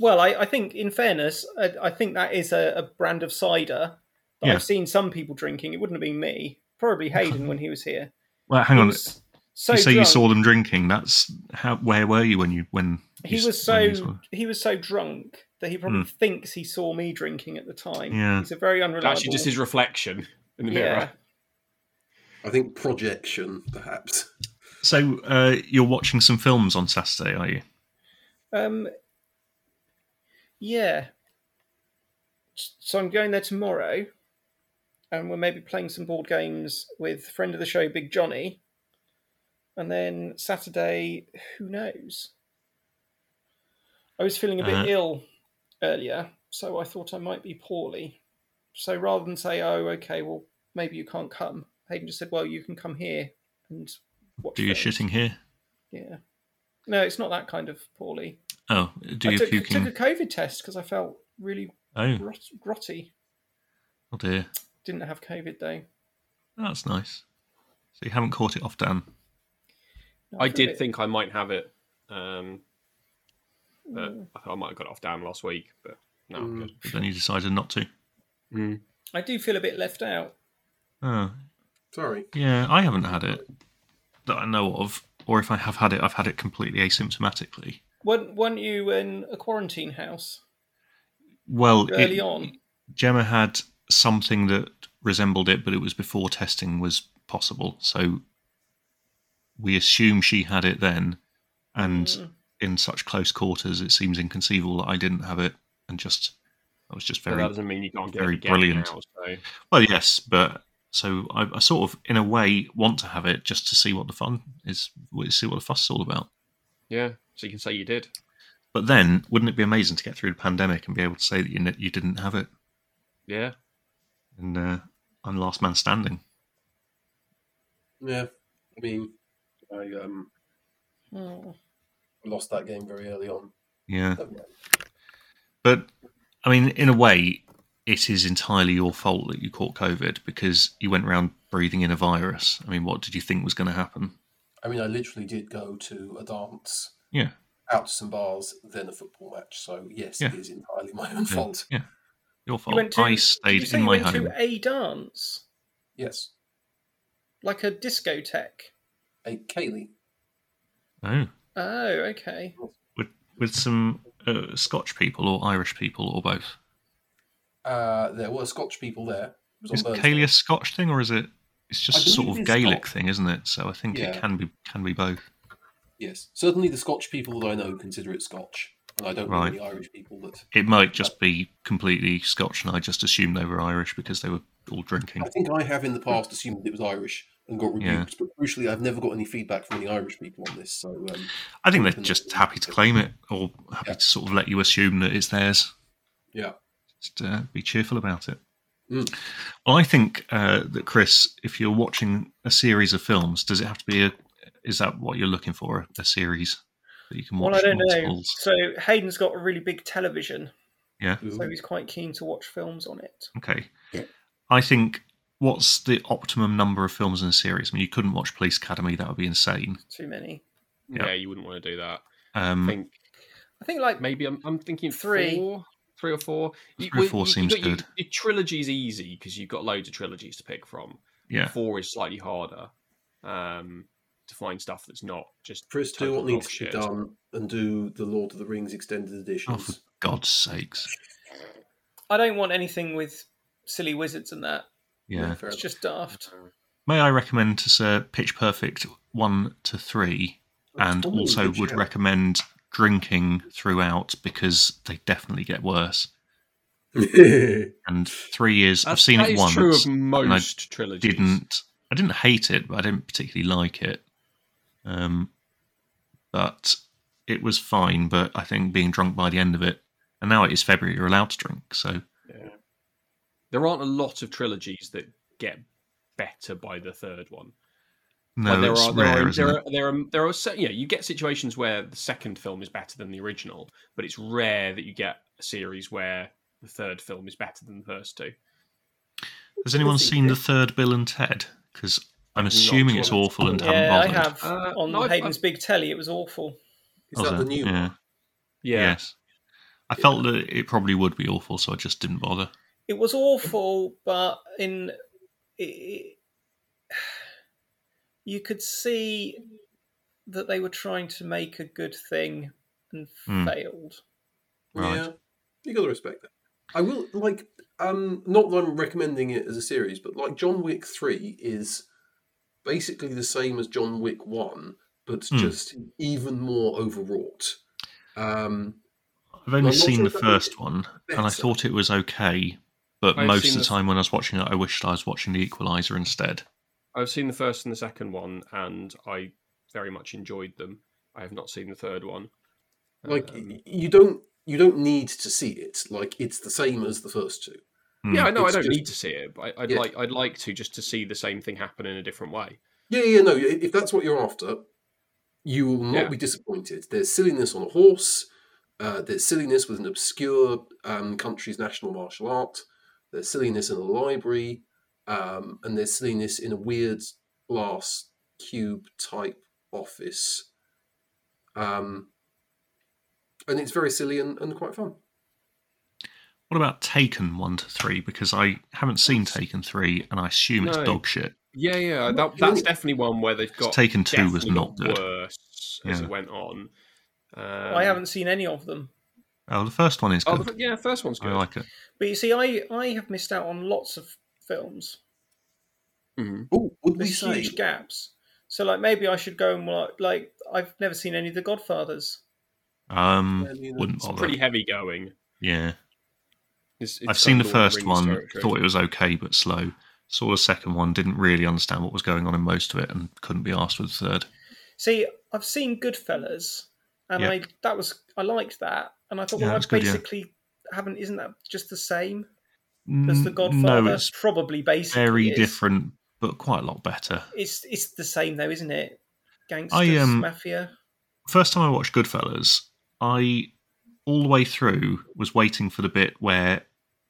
[SPEAKER 4] Well, I, I think, in fairness, I, I think that is a, a brand of cider that
[SPEAKER 3] Yeah.
[SPEAKER 4] I've seen some people drinking. It wouldn't have been me. Probably Hayden when he was here.
[SPEAKER 3] Well, hang on.
[SPEAKER 4] was so
[SPEAKER 3] you say you
[SPEAKER 4] drunk.
[SPEAKER 3] saw them drinking. That's how. Where were you when you when
[SPEAKER 4] He
[SPEAKER 3] you s-
[SPEAKER 4] was
[SPEAKER 3] when you saw
[SPEAKER 4] so
[SPEAKER 3] them?
[SPEAKER 4] he was so drunk that he probably thinks he saw me drinking at the time.
[SPEAKER 3] Hmm. Yeah.
[SPEAKER 4] He's a very unreliable.
[SPEAKER 2] Actually, just his reflection in the
[SPEAKER 4] yeah.
[SPEAKER 2] mirror.
[SPEAKER 5] I think projection, perhaps.
[SPEAKER 3] So uh, you're watching some films on Saturday, are you?
[SPEAKER 4] Um, yeah. So I'm going there tomorrow, and we're maybe playing some board games with friend of the show, Big Johnny. And then Saturday, who knows? I was feeling a bit
[SPEAKER 3] Uh.
[SPEAKER 4] ill earlier, so I thought I might be poorly. So rather than say, "Oh, okay, well, maybe you can't come," Hayden just said, "Well, you can come here and watch."
[SPEAKER 3] Do you
[SPEAKER 4] films."
[SPEAKER 3] shitting here?
[SPEAKER 4] Yeah. No, it's not that kind of poorly.
[SPEAKER 3] Oh, do
[SPEAKER 4] I
[SPEAKER 3] you
[SPEAKER 4] took,
[SPEAKER 3] puking?
[SPEAKER 4] took a COVID test because I felt really
[SPEAKER 3] Oh,
[SPEAKER 4] grot- grotty.
[SPEAKER 3] oh dear,
[SPEAKER 4] Didn't have COVID though.
[SPEAKER 3] that's nice. So you haven't caught it off Dan.
[SPEAKER 4] No,
[SPEAKER 2] I
[SPEAKER 4] feel a
[SPEAKER 2] did
[SPEAKER 4] bit-
[SPEAKER 2] think I might have it, um, but
[SPEAKER 4] Mm.
[SPEAKER 2] I thought I might have got it off Dan last week. But no, I'm good.
[SPEAKER 3] But then you decided not to.
[SPEAKER 4] I do feel a bit left out.
[SPEAKER 3] Oh,
[SPEAKER 5] Sorry.
[SPEAKER 3] yeah. I haven't had it that I know of, or if I have had it, I've had it completely asymptomatically.
[SPEAKER 4] Weren't, weren't you in a quarantine house
[SPEAKER 3] Well, it-
[SPEAKER 4] early on?
[SPEAKER 3] Gemma had something that resembled it, but it was before testing was possible. So we assume she had it then. And
[SPEAKER 4] Hmm.
[SPEAKER 3] in such close quarters, it seems inconceivable that I didn't have it. And just, I was just
[SPEAKER 2] But
[SPEAKER 3] very,
[SPEAKER 2] that doesn't mean you can't get
[SPEAKER 3] very
[SPEAKER 2] it again
[SPEAKER 3] brilliant.
[SPEAKER 2] now, so.
[SPEAKER 3] well, yes, but so I, I sort of, in a way, want to have it just to see what the fun is, see what the fuss is all about.
[SPEAKER 2] Yeah, so you can say you did.
[SPEAKER 3] But then, wouldn't it be amazing to get through the pandemic and be able to say that you, n- you didn't have it?
[SPEAKER 2] Yeah.
[SPEAKER 3] And uh, I'm last man standing.
[SPEAKER 5] Yeah, I mean, I um,
[SPEAKER 4] Mm.
[SPEAKER 5] lost that game very early on.
[SPEAKER 3] Yeah.
[SPEAKER 5] Don't worry.
[SPEAKER 3] But I mean, in a way, it is entirely your fault that you caught COVID because you went around breathing in a virus. I mean, what did you think was going to happen?
[SPEAKER 5] I mean, I literally did go to a dance,
[SPEAKER 3] Yeah.
[SPEAKER 5] out to some bars, then a football match. So yes,
[SPEAKER 3] Yeah.
[SPEAKER 5] it is entirely my own fault.
[SPEAKER 3] Yeah. Your
[SPEAKER 4] You
[SPEAKER 3] fault.
[SPEAKER 4] went to,
[SPEAKER 3] I
[SPEAKER 4] did you
[SPEAKER 3] stayed
[SPEAKER 4] say
[SPEAKER 3] in
[SPEAKER 4] you
[SPEAKER 3] my
[SPEAKER 4] went
[SPEAKER 3] home.
[SPEAKER 4] to a dance,
[SPEAKER 5] Yes,
[SPEAKER 4] like a discotheque.
[SPEAKER 5] hey, Kaylee.
[SPEAKER 3] Oh,
[SPEAKER 4] Oh, okay.
[SPEAKER 3] with, with some uh, Scotch people or Irish people or both.
[SPEAKER 5] Uh, there were Scotch people there. It was on
[SPEAKER 3] Is
[SPEAKER 5] Burns
[SPEAKER 3] Cayley a
[SPEAKER 5] Day.
[SPEAKER 3] Scotch thing or is it? It's
[SPEAKER 5] I
[SPEAKER 3] just a sort
[SPEAKER 5] believe
[SPEAKER 3] of
[SPEAKER 5] it is
[SPEAKER 3] Gaelic
[SPEAKER 5] Scotch.
[SPEAKER 3] thing, isn't it? So I think
[SPEAKER 5] Yeah.
[SPEAKER 3] it can be can be both.
[SPEAKER 5] Yes, certainly the Scotch people that I know consider it Scotch, and I don't
[SPEAKER 3] Right.
[SPEAKER 5] know the Irish people that.
[SPEAKER 3] It might
[SPEAKER 5] Uh,
[SPEAKER 3] just be completely Scotch, and I just assumed they were Irish because they were all drinking.
[SPEAKER 5] I think I have in the past assumed it was Irish and got
[SPEAKER 3] Yeah.
[SPEAKER 5] rebuked, but crucially, I've never got any feedback from the Irish people on this. So um,
[SPEAKER 3] I think they're just happy to claim it or happy
[SPEAKER 5] Yeah.
[SPEAKER 3] to sort of let you assume that it's theirs.
[SPEAKER 5] yeah,
[SPEAKER 3] Just uh, be cheerful about it.
[SPEAKER 5] Mm.
[SPEAKER 3] Well, I think uh, that Chris, if you're watching a series of films, does it have to be a? Is that what you're looking for? A series that you can watch
[SPEAKER 4] Well, I don't know.
[SPEAKER 3] multiples?
[SPEAKER 4] So Hayden's got a really big television, so
[SPEAKER 3] Mm.
[SPEAKER 5] Ooh.
[SPEAKER 4] he's quite keen to watch films on it.
[SPEAKER 3] Okay.
[SPEAKER 5] Yeah.
[SPEAKER 3] I think what's the optimum number of films in a series? I mean, you couldn't watch Police Academy; that would be insane.
[SPEAKER 4] Too many.
[SPEAKER 2] yeah,
[SPEAKER 3] Yeah.
[SPEAKER 2] you wouldn't want to do that. I
[SPEAKER 3] Um,
[SPEAKER 2] think
[SPEAKER 4] I think like
[SPEAKER 2] maybe I'm, I'm thinking
[SPEAKER 4] Three.
[SPEAKER 2] four. three or four. You-
[SPEAKER 3] Three or four seems
[SPEAKER 2] got-
[SPEAKER 3] good.
[SPEAKER 2] Your, your trilogy's easy because you've got loads of trilogies to pick from.
[SPEAKER 3] Yeah.
[SPEAKER 2] Four is slightly harder um, to find stuff that's not just
[SPEAKER 5] Chris, do
[SPEAKER 2] Total
[SPEAKER 5] what needs to be
[SPEAKER 2] dog shit.
[SPEAKER 5] done and do the Lord of the Rings extended
[SPEAKER 3] Oh, for
[SPEAKER 5] editions.
[SPEAKER 3] God's sakes.
[SPEAKER 4] I don't want anything with silly wizards and that.
[SPEAKER 3] Yeah.
[SPEAKER 5] fair
[SPEAKER 4] It's
[SPEAKER 5] enough.
[SPEAKER 4] just daft.
[SPEAKER 3] May I recommend to Sir Pitch Perfect 1 to 3 and
[SPEAKER 5] Oh,
[SPEAKER 3] also
[SPEAKER 5] good
[SPEAKER 3] would
[SPEAKER 5] shout.
[SPEAKER 3] recommend drinking throughout because they definitely get worse. And 3 is I've seen
[SPEAKER 2] that
[SPEAKER 3] it
[SPEAKER 2] is
[SPEAKER 3] once.
[SPEAKER 2] true of most trilogies.
[SPEAKER 3] didn't I didn't hate it, but I didn't particularly like it. Um, but it was fine. But I think being drunk by the end of it, and now it is February, you're allowed to drink. So
[SPEAKER 2] There aren't a lot of trilogies that get better by the third one.
[SPEAKER 3] no,
[SPEAKER 2] Like, there
[SPEAKER 3] it's
[SPEAKER 2] are there
[SPEAKER 3] rare,
[SPEAKER 2] are
[SPEAKER 3] isn't
[SPEAKER 2] there
[SPEAKER 3] it?
[SPEAKER 2] are, there are there are se- yeah you get situations where the second film is better than the original, but it's rare that you get a series where the third film is better than the first two.
[SPEAKER 3] Has anyone
[SPEAKER 4] Let's see.
[SPEAKER 3] seen the third Bill and Ted? Because I'm assuming it's
[SPEAKER 2] sure.
[SPEAKER 3] awful and haven't
[SPEAKER 4] Yeah, I
[SPEAKER 3] bothered.
[SPEAKER 4] have
[SPEAKER 2] Uh,
[SPEAKER 4] on
[SPEAKER 2] no, I've-
[SPEAKER 4] Hayden's big telly. It was awful.
[SPEAKER 5] Is that the new
[SPEAKER 3] oh, yeah.
[SPEAKER 5] one?
[SPEAKER 3] Yes. I felt that it probably would be awful, so I just didn't bother.
[SPEAKER 4] It was awful, but in it, it- you could see that they were trying to make a good thing and
[SPEAKER 3] Hmm.
[SPEAKER 4] failed.
[SPEAKER 3] Right.
[SPEAKER 5] Yeah, you got to respect that. I will like um not that I'm recommending it as a series, but like John Wick three is basically the same as John Wick one, but
[SPEAKER 3] Hmm.
[SPEAKER 5] just even more overwrought. Um,
[SPEAKER 3] I've only
[SPEAKER 5] I'm not
[SPEAKER 3] seen the
[SPEAKER 5] sure if that makes
[SPEAKER 3] first
[SPEAKER 5] it
[SPEAKER 3] one, and I
[SPEAKER 5] better.
[SPEAKER 3] thought it was okay. But
[SPEAKER 2] I've
[SPEAKER 3] most
[SPEAKER 2] seen
[SPEAKER 3] of the
[SPEAKER 2] the-
[SPEAKER 3] time when I was watching it, I wished I was watching The Equalizer instead.
[SPEAKER 2] I've seen the first and the second one, and I very much enjoyed them. I have not seen the third one.
[SPEAKER 5] like
[SPEAKER 2] Um,
[SPEAKER 5] y- you don't you don't need to see it. Like it's the same as the first two.
[SPEAKER 2] yeah, I know I
[SPEAKER 5] it's
[SPEAKER 2] don't
[SPEAKER 5] just-
[SPEAKER 2] need to see it, but I, I'd
[SPEAKER 5] Yeah.
[SPEAKER 2] like I'd like to just to see the same thing happen in a different way.
[SPEAKER 5] Yeah, yeah, no. i- If that's what you're after, you will not
[SPEAKER 2] Yeah.
[SPEAKER 5] be disappointed. There's silliness on a horse. Uh, there's silliness with an obscure um, country's national martial art. There's silliness in a library, um, and there's silliness in a weird glass cube type office. Um, and it's very silly and, and quite fun.
[SPEAKER 3] What about Taken one to three? Because I haven't seen Taken three, and I assume it's
[SPEAKER 2] No.
[SPEAKER 3] dog shit.
[SPEAKER 2] Yeah, yeah,
[SPEAKER 5] Not
[SPEAKER 2] that, that's
[SPEAKER 5] really.
[SPEAKER 2] definitely one where they've got
[SPEAKER 3] Taken two was
[SPEAKER 2] definitely
[SPEAKER 3] not
[SPEAKER 2] got
[SPEAKER 3] good.
[SPEAKER 2] worse as
[SPEAKER 3] Yeah.
[SPEAKER 2] it went on. Um,
[SPEAKER 4] I haven't seen any of them.
[SPEAKER 3] Oh, the first one is
[SPEAKER 2] Oh,
[SPEAKER 3] good.
[SPEAKER 2] the- yeah, first one's good.
[SPEAKER 3] I like it.
[SPEAKER 4] But you see, I, I have missed out on lots of films.
[SPEAKER 2] Mhm.
[SPEAKER 5] Oh, would we
[SPEAKER 4] There's
[SPEAKER 5] say?
[SPEAKER 4] huge gaps. So like maybe I should go and like, like I've never seen any of the Godfathers.
[SPEAKER 3] Um,
[SPEAKER 5] Yeah, neither.
[SPEAKER 3] wouldn't
[SPEAKER 5] It's
[SPEAKER 3] bother.
[SPEAKER 2] Pretty heavy going.
[SPEAKER 3] Yeah,
[SPEAKER 2] It's, it's
[SPEAKER 3] I've seen the
[SPEAKER 2] got Lord of
[SPEAKER 3] first
[SPEAKER 2] Rings
[SPEAKER 3] one.
[SPEAKER 2] territory.
[SPEAKER 3] Thought it was okay, but slow. Saw the second one. Didn't really understand what was going on in most of it, and couldn't be asked for the third.
[SPEAKER 4] See, I've seen Goodfellas, and
[SPEAKER 3] Yeah.
[SPEAKER 4] I that was I liked that, and I thought,
[SPEAKER 3] Yeah,
[SPEAKER 4] well, I
[SPEAKER 3] that's good, yeah.
[SPEAKER 4] basically haven't. Isn't that just the same as
[SPEAKER 3] Mm,
[SPEAKER 4] the Godfather?
[SPEAKER 3] No, it's
[SPEAKER 4] probably basically
[SPEAKER 3] very
[SPEAKER 4] is.
[SPEAKER 3] different, but quite a lot better.
[SPEAKER 4] It's it's the same though, isn't it? Gangsters,
[SPEAKER 3] um,
[SPEAKER 4] mafia.
[SPEAKER 3] first time I watched Goodfellas, I all the way through was waiting for the bit where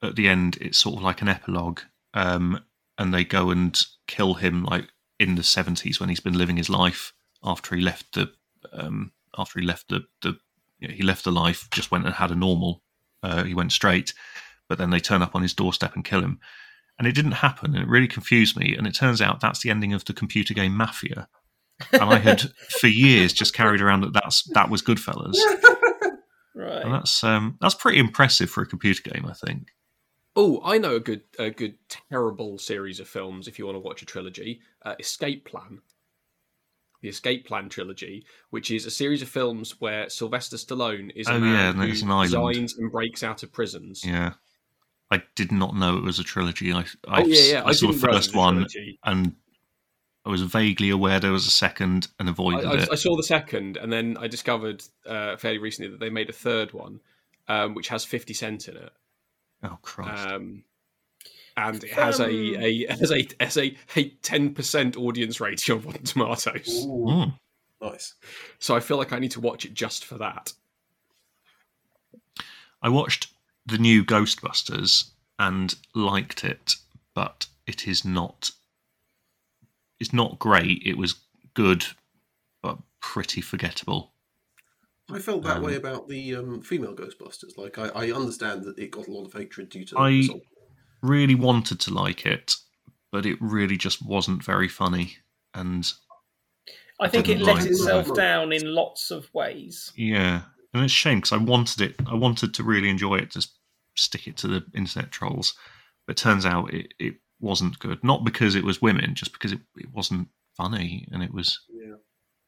[SPEAKER 3] at the end it's sort of like an epilogue, um, and they go and kill him like in the seventies when he's been living his life after he left the um, after he left the the you know, he left the life, just went and had a normal. Uh, he went straight, but then they turn up on his doorstep and kill him. And it didn't happen, and it really confused me. And it turns out that's the ending of the computer game Mafia and I had for years just carried around that that's that was Goodfellas, and
[SPEAKER 4] Right.
[SPEAKER 3] that's um, that's pretty impressive for a computer game, I think.
[SPEAKER 2] Oh, I know a good, a good terrible series of films. If you want to watch a trilogy, uh, Escape Plan, the Escape Plan trilogy, which is a series of films where Sylvester Stallone is a
[SPEAKER 3] Oh,
[SPEAKER 2] man
[SPEAKER 3] yeah, and
[SPEAKER 2] who
[SPEAKER 3] it's an island.
[SPEAKER 2] designs and breaks out of prisons.
[SPEAKER 3] Yeah, I did not know it was a trilogy. I I,
[SPEAKER 2] Oh yeah, yeah.
[SPEAKER 3] I saw the
[SPEAKER 2] didn't realise it was
[SPEAKER 3] first
[SPEAKER 2] a
[SPEAKER 3] one,
[SPEAKER 2] trilogy.
[SPEAKER 3] and I was vaguely aware there was a second, and
[SPEAKER 2] I,
[SPEAKER 3] avoided
[SPEAKER 2] I,
[SPEAKER 3] it.
[SPEAKER 2] I saw the second, and then I discovered uh, fairly recently that they made a third one, um, which has Fifty Cent in it.
[SPEAKER 3] oh Christ!
[SPEAKER 2] um, and it has a, a has a has a a ten percent audience rating on Rotten Tomatoes.
[SPEAKER 5] Ooh,
[SPEAKER 3] Mm.
[SPEAKER 5] nice.
[SPEAKER 2] So I feel like I need to watch it just for that.
[SPEAKER 3] I watched the new Ghostbusters and liked it, but it is not. It's not great. It was good, but pretty forgettable.
[SPEAKER 5] I felt that
[SPEAKER 3] Um,
[SPEAKER 5] way about the um, female Ghostbusters. Like, I, I understand that it got a lot of hatred due to. the
[SPEAKER 3] I-
[SPEAKER 5] result.
[SPEAKER 3] really wanted to like it, but it really just wasn't very funny. And
[SPEAKER 4] I think it
[SPEAKER 3] Didn't
[SPEAKER 4] let
[SPEAKER 3] like
[SPEAKER 4] itself
[SPEAKER 5] that.
[SPEAKER 4] down in lots of ways.
[SPEAKER 3] yeah, and it's a shame because I wanted it. I wanted to really enjoy it, just stick it to the internet trolls. But it turns out it, it wasn't good. Not because it was women, just because it, it wasn't funny and it was
[SPEAKER 5] Yeah.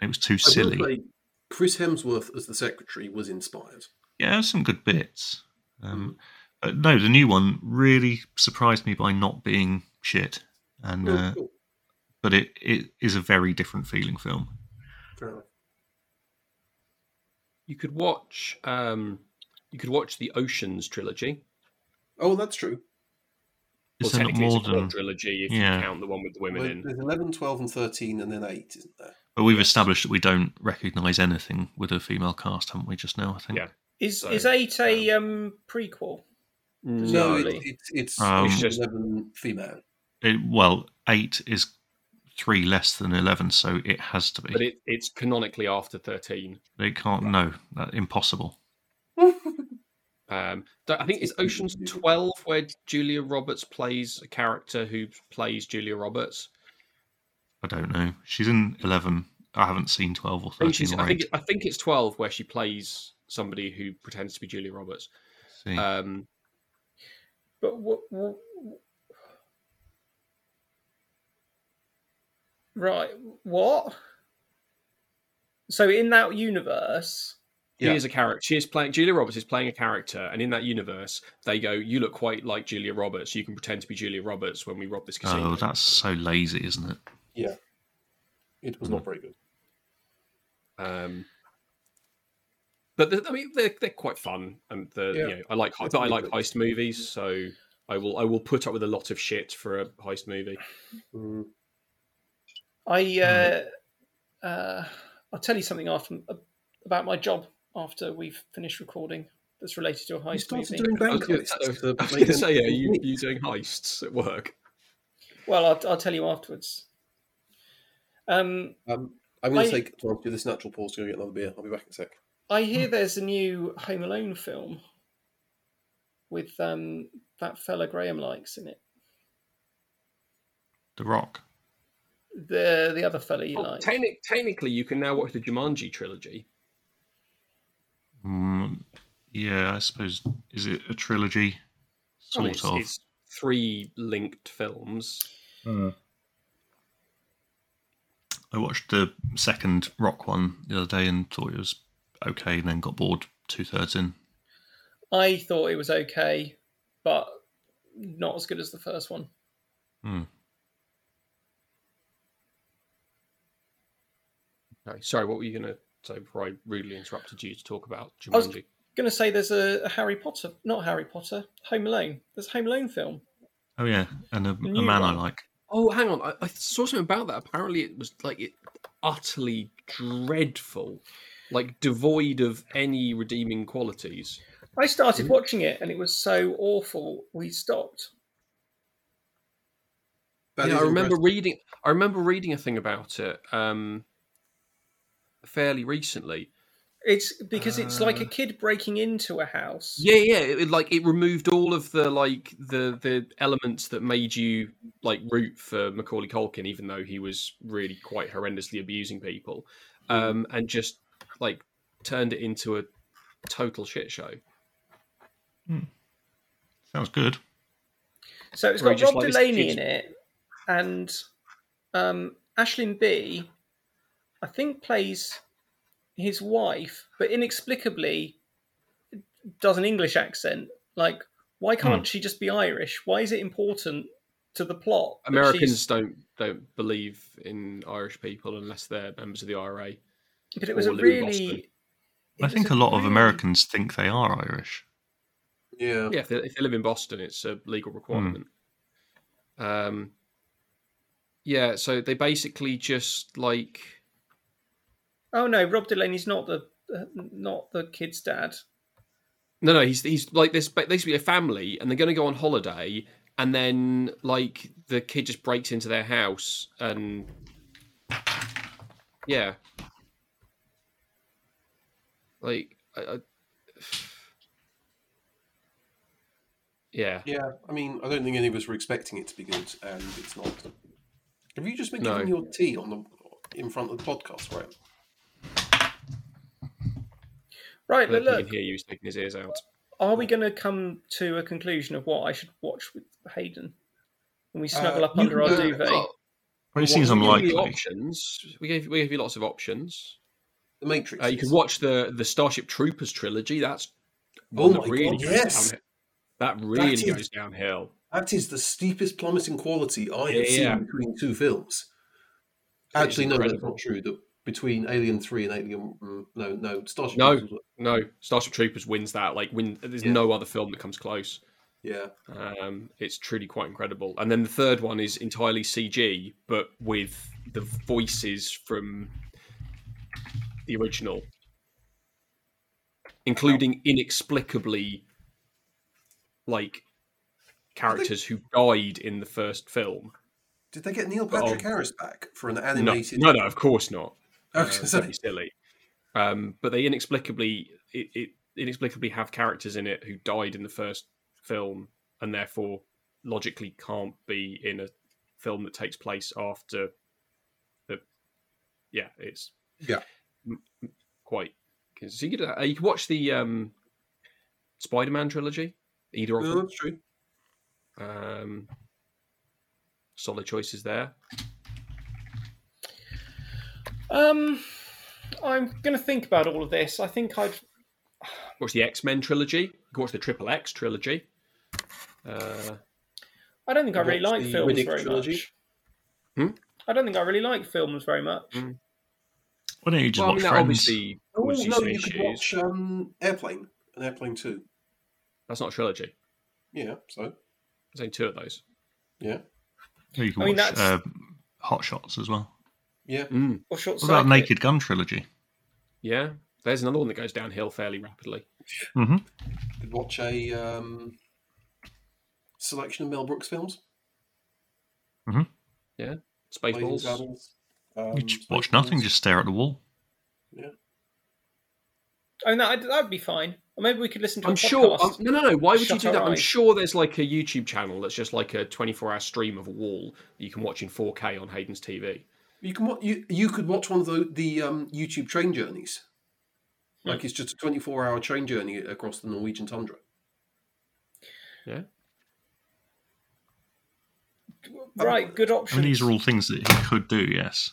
[SPEAKER 3] it was too
[SPEAKER 5] I will
[SPEAKER 3] silly.
[SPEAKER 5] say Chris Hemsworth as the secretary was inspired.
[SPEAKER 3] yeah, there's some good bits.
[SPEAKER 5] Mm.
[SPEAKER 3] Um, but no, the new one really surprised me by not being shit, and
[SPEAKER 5] Oh,
[SPEAKER 3] uh,
[SPEAKER 5] cool.
[SPEAKER 3] but it, it is a very different feeling film.
[SPEAKER 5] Fair enough.
[SPEAKER 2] You could watch um, you could watch the Oceans trilogy.
[SPEAKER 5] Oh, that's true.
[SPEAKER 2] well,
[SPEAKER 3] Is there not
[SPEAKER 2] technically,
[SPEAKER 3] more
[SPEAKER 2] it's a quad
[SPEAKER 3] than?
[SPEAKER 2] trilogy if
[SPEAKER 3] Yeah.
[SPEAKER 2] you count the one with the women
[SPEAKER 5] Well,
[SPEAKER 2] in.
[SPEAKER 5] There's 11, 12, and 13, and then 8, isn't there?
[SPEAKER 3] But we've established that we don't recognise anything with a female cast, haven't we? Just now, I think.
[SPEAKER 2] Yeah.
[SPEAKER 4] Is
[SPEAKER 2] So,
[SPEAKER 4] is eight a um, prequel?
[SPEAKER 5] No,
[SPEAKER 4] Really?
[SPEAKER 5] it, it's it's,
[SPEAKER 3] Um,
[SPEAKER 5] it's
[SPEAKER 2] Just-
[SPEAKER 5] 11 female.
[SPEAKER 3] It- well, eight is three less than eleven, so it has to be.
[SPEAKER 2] but
[SPEAKER 3] It,
[SPEAKER 2] it, it's canonically after thirteen.
[SPEAKER 3] can't. No, that, impossible.
[SPEAKER 2] Um, th- I think it's
[SPEAKER 5] It's
[SPEAKER 2] Ocean's
[SPEAKER 5] unbelievable.
[SPEAKER 2] Twelve where Julia Roberts plays a character who plays Julia Roberts.
[SPEAKER 3] I don't know. She's in eleven. I haven't seen twelve or
[SPEAKER 2] I think,
[SPEAKER 3] thirteen
[SPEAKER 2] she's,
[SPEAKER 3] or
[SPEAKER 2] I, think,
[SPEAKER 3] eight.
[SPEAKER 2] I think it's twelve where she plays somebody who pretends to be Julia Roberts.
[SPEAKER 3] See.
[SPEAKER 2] Um,
[SPEAKER 4] But what? right, what? So in that universe,
[SPEAKER 2] She
[SPEAKER 5] Yeah.
[SPEAKER 2] is a character. She is playing Julia Roberts is playing a character, and in that universe, they go, "You look quite like Julia Roberts. You can pretend to be Julia Roberts when we rob this casino."
[SPEAKER 3] oh, that's so lazy, isn't it?
[SPEAKER 5] It was not very good.
[SPEAKER 2] Um, but the, I mean, they're, they're quite fun, and the
[SPEAKER 5] Yeah.
[SPEAKER 2] you know, I like hei- I like heist movies, so I will I will put up with a lot of shit for a heist movie.
[SPEAKER 5] Mm.
[SPEAKER 4] I uh,
[SPEAKER 5] Hmm.
[SPEAKER 4] uh, I'll tell you something after about my job after we've finished recording. That's related to a
[SPEAKER 5] You
[SPEAKER 4] heist
[SPEAKER 5] started
[SPEAKER 4] movie.
[SPEAKER 5] doing
[SPEAKER 2] I
[SPEAKER 5] bank
[SPEAKER 2] was going
[SPEAKER 5] heists to make
[SPEAKER 2] to
[SPEAKER 5] them
[SPEAKER 2] say, yeah, you
[SPEAKER 5] complete.
[SPEAKER 2] you doing heists at work?
[SPEAKER 4] Well, I'll, I'll tell you afterwards. Um,
[SPEAKER 5] Um, I'm going
[SPEAKER 4] I-
[SPEAKER 5] to take well, do this natural pause to go get another beer. I'll be back in a sec.
[SPEAKER 4] I hear
[SPEAKER 5] Hmm.
[SPEAKER 4] there's a new Home Alone film with um, that fella Graham likes in it.
[SPEAKER 3] The Rock.
[SPEAKER 4] The the other fella you
[SPEAKER 2] Well,
[SPEAKER 4] like.
[SPEAKER 2] technic- Oh, technically, you can now watch the Jumanji trilogy.
[SPEAKER 3] Mm, yeah, I suppose. Is it a trilogy?
[SPEAKER 2] Well,
[SPEAKER 3] Sort
[SPEAKER 2] it's,
[SPEAKER 3] of.
[SPEAKER 2] it's three linked films.
[SPEAKER 3] I watched the second Rock one the other day and thought it was okay, and then got bored two thirds in.
[SPEAKER 4] I thought it was okay, but not as good as the first one.
[SPEAKER 2] Okay, sorry, what were you going to say before I rudely interrupted you to talk about Jumanji?
[SPEAKER 4] I was- Gonna say there's a, a Harry Potter, not Harry Potter, Home Alone. There's a Home Alone film.
[SPEAKER 3] Oh yeah, and a, a
[SPEAKER 4] new
[SPEAKER 3] man I
[SPEAKER 4] one.
[SPEAKER 3] like.
[SPEAKER 2] Oh, hang on. I, I saw something about that. Apparently, it was like it utterly dreadful, like devoid of any redeeming qualities.
[SPEAKER 4] I started watching it and it was so awful we stopped.
[SPEAKER 5] That
[SPEAKER 2] yeah,
[SPEAKER 5] is
[SPEAKER 2] I remember
[SPEAKER 5] impressive.
[SPEAKER 2] reading. I remember reading a thing about it um, fairly recently.
[SPEAKER 4] It's because it's like a
[SPEAKER 2] Uh.
[SPEAKER 4] kid breaking into a house.
[SPEAKER 2] Yeah, yeah. It, it, like it removed all of the like the the elements that made you like root for Macaulay Culkin, even though he was really quite horrendously abusing people, um, and just like turned it into a total shit show.
[SPEAKER 3] Sounds good.
[SPEAKER 4] So it's
[SPEAKER 2] Or you
[SPEAKER 4] got
[SPEAKER 2] just
[SPEAKER 4] Rob
[SPEAKER 2] like this
[SPEAKER 4] Delaney
[SPEAKER 2] kid's-
[SPEAKER 4] in it, and um, Ashlyn B, I think, plays his wife, but inexplicably does an English accent. Like, why
[SPEAKER 2] Hmm.
[SPEAKER 4] can't she just be Irish? Why is it important to the plot? that
[SPEAKER 2] Americans
[SPEAKER 4] she's-
[SPEAKER 2] don't don't believe in Irish people unless they're members of the IRA.
[SPEAKER 4] But it was
[SPEAKER 2] or
[SPEAKER 4] a
[SPEAKER 2] live in Boston.
[SPEAKER 4] really. it
[SPEAKER 3] I
[SPEAKER 4] was
[SPEAKER 3] think a lot of
[SPEAKER 4] really-
[SPEAKER 3] Americans think they are Irish.
[SPEAKER 5] Yeah.
[SPEAKER 2] Yeah, if they, if they live in Boston, it's a legal requirement. Um, yeah, so they basically just like
[SPEAKER 4] Oh no, Rob Delaney's not the uh, not the kid's dad.
[SPEAKER 2] no, no, he's he's like this ba- basically a family, and they're going to go on holiday, and then like the kid just breaks into their house, and yeah, Like, I, I... yeah,
[SPEAKER 5] Yeah, I mean, I don't think any of us were expecting it to be good, and it's not. Have you just been
[SPEAKER 2] No.
[SPEAKER 5] giving your tea on the in front of the podcast, right?
[SPEAKER 2] I don't think
[SPEAKER 4] Right, but
[SPEAKER 2] you
[SPEAKER 4] look,
[SPEAKER 2] can hear you sticking his ears out.
[SPEAKER 4] are we going to come to a conclusion of what I should watch with Hayden? When we snuggle
[SPEAKER 5] Uh,
[SPEAKER 4] up under our
[SPEAKER 5] you- uh,
[SPEAKER 4] duvet.
[SPEAKER 5] oh,
[SPEAKER 3] Well, it seems
[SPEAKER 2] Well, we gave you
[SPEAKER 3] unlikely.
[SPEAKER 2] Options. We gave we gave you lots of options.
[SPEAKER 5] the Matrix.
[SPEAKER 2] Uh, you can
[SPEAKER 5] is-
[SPEAKER 2] watch the the Starship Troopers trilogy. That's
[SPEAKER 5] Oh
[SPEAKER 2] one that
[SPEAKER 5] my God,
[SPEAKER 2] goes
[SPEAKER 5] yes.
[SPEAKER 2] downhill. that really
[SPEAKER 5] is-
[SPEAKER 2] goes downhill.
[SPEAKER 5] That is the steepest plummet in quality I have
[SPEAKER 2] Yeah,
[SPEAKER 5] seen
[SPEAKER 2] yeah.
[SPEAKER 5] between two films.
[SPEAKER 2] It is
[SPEAKER 5] Actually, no, that's
[SPEAKER 2] incredible.
[SPEAKER 5] not true. The, between Alien Three and Alien, mm, no, no, Starship.
[SPEAKER 2] No.
[SPEAKER 5] Troopers was-
[SPEAKER 2] No, Starship Troopers wins that. Like, win. There's
[SPEAKER 5] Yeah.
[SPEAKER 2] no other film that comes close.
[SPEAKER 5] yeah,
[SPEAKER 2] Um, it's truly quite incredible. And then the third one is entirely CG, but with the voices from the original, including inexplicably like characters who died in the first film.
[SPEAKER 5] did they get Neil Patrick Harris back for an
[SPEAKER 2] No,
[SPEAKER 5] animated?
[SPEAKER 2] no, no, of course not.
[SPEAKER 5] I
[SPEAKER 2] Uh,
[SPEAKER 5] was gonna
[SPEAKER 2] that'd be
[SPEAKER 5] say,
[SPEAKER 2] silly. Um, but they inexplicably it, it inexplicably have characters in it who died in the first film and therefore logically can't be in a film that takes place after the yeah it's
[SPEAKER 5] Yeah.
[SPEAKER 2] m- m- quite so you could, uh, you could watch the um spider-man trilogy either of
[SPEAKER 5] no,
[SPEAKER 2] them
[SPEAKER 5] that's true. Mm.
[SPEAKER 2] um solid choices there
[SPEAKER 4] Um, I'm going to think about all of this. I think I'd.
[SPEAKER 2] watch the x-men trilogy you could watch the triple x trilogy uh
[SPEAKER 4] I don't think I really
[SPEAKER 5] Watch
[SPEAKER 4] like
[SPEAKER 5] the
[SPEAKER 4] films
[SPEAKER 5] Riddick
[SPEAKER 4] very
[SPEAKER 5] trilogy.
[SPEAKER 4] much.
[SPEAKER 2] Hmm?
[SPEAKER 4] I don't think I really like films very much.
[SPEAKER 2] Mm.
[SPEAKER 3] Why don't you just
[SPEAKER 2] well, I
[SPEAKER 3] watch
[SPEAKER 2] mean, that
[SPEAKER 3] Friends?
[SPEAKER 2] obviously
[SPEAKER 5] Oh
[SPEAKER 2] causes you
[SPEAKER 5] no,
[SPEAKER 2] some
[SPEAKER 5] you
[SPEAKER 2] issues.
[SPEAKER 5] could watch um, Airplane and Airplane Two.
[SPEAKER 2] That's not a trilogy.
[SPEAKER 5] Yeah, so
[SPEAKER 2] There's only two of those.
[SPEAKER 3] Or you can
[SPEAKER 4] I mean,
[SPEAKER 3] watch
[SPEAKER 4] that's-
[SPEAKER 3] uh, Hot Shots as well.
[SPEAKER 5] yeah,
[SPEAKER 4] Or short
[SPEAKER 3] What about
[SPEAKER 4] circuit.
[SPEAKER 3] Naked Gun trilogy?
[SPEAKER 2] Yeah, there's another one that goes downhill fairly rapidly.
[SPEAKER 3] Mm-hmm.
[SPEAKER 5] you could watch a um, selection of Mel Brooks films. Blazing
[SPEAKER 2] Spaceballs.
[SPEAKER 5] Saddles, um,
[SPEAKER 3] you just watch nothing,
[SPEAKER 5] Spaceballs.
[SPEAKER 3] just stare at the wall.
[SPEAKER 4] I mean, that would be fine. Or maybe we could listen to. a
[SPEAKER 2] I'm sure.
[SPEAKER 4] podcast.
[SPEAKER 2] I'm- no, no, no. Why would
[SPEAKER 4] Shut
[SPEAKER 2] you do
[SPEAKER 4] Our
[SPEAKER 2] that? I'm
[SPEAKER 4] Eyes.
[SPEAKER 2] sure there's like a YouTube channel that's just like a 24 hour stream of a wall that you can watch in 4K on Hayden's TV.
[SPEAKER 5] You can watch. You, you could watch one of the the um, YouTube train journeys. Like it's just a twenty four hour train journey across the Norwegian tundra.
[SPEAKER 4] Right, good
[SPEAKER 3] I mean,
[SPEAKER 4] option.
[SPEAKER 3] these are all things that he could do. Yes.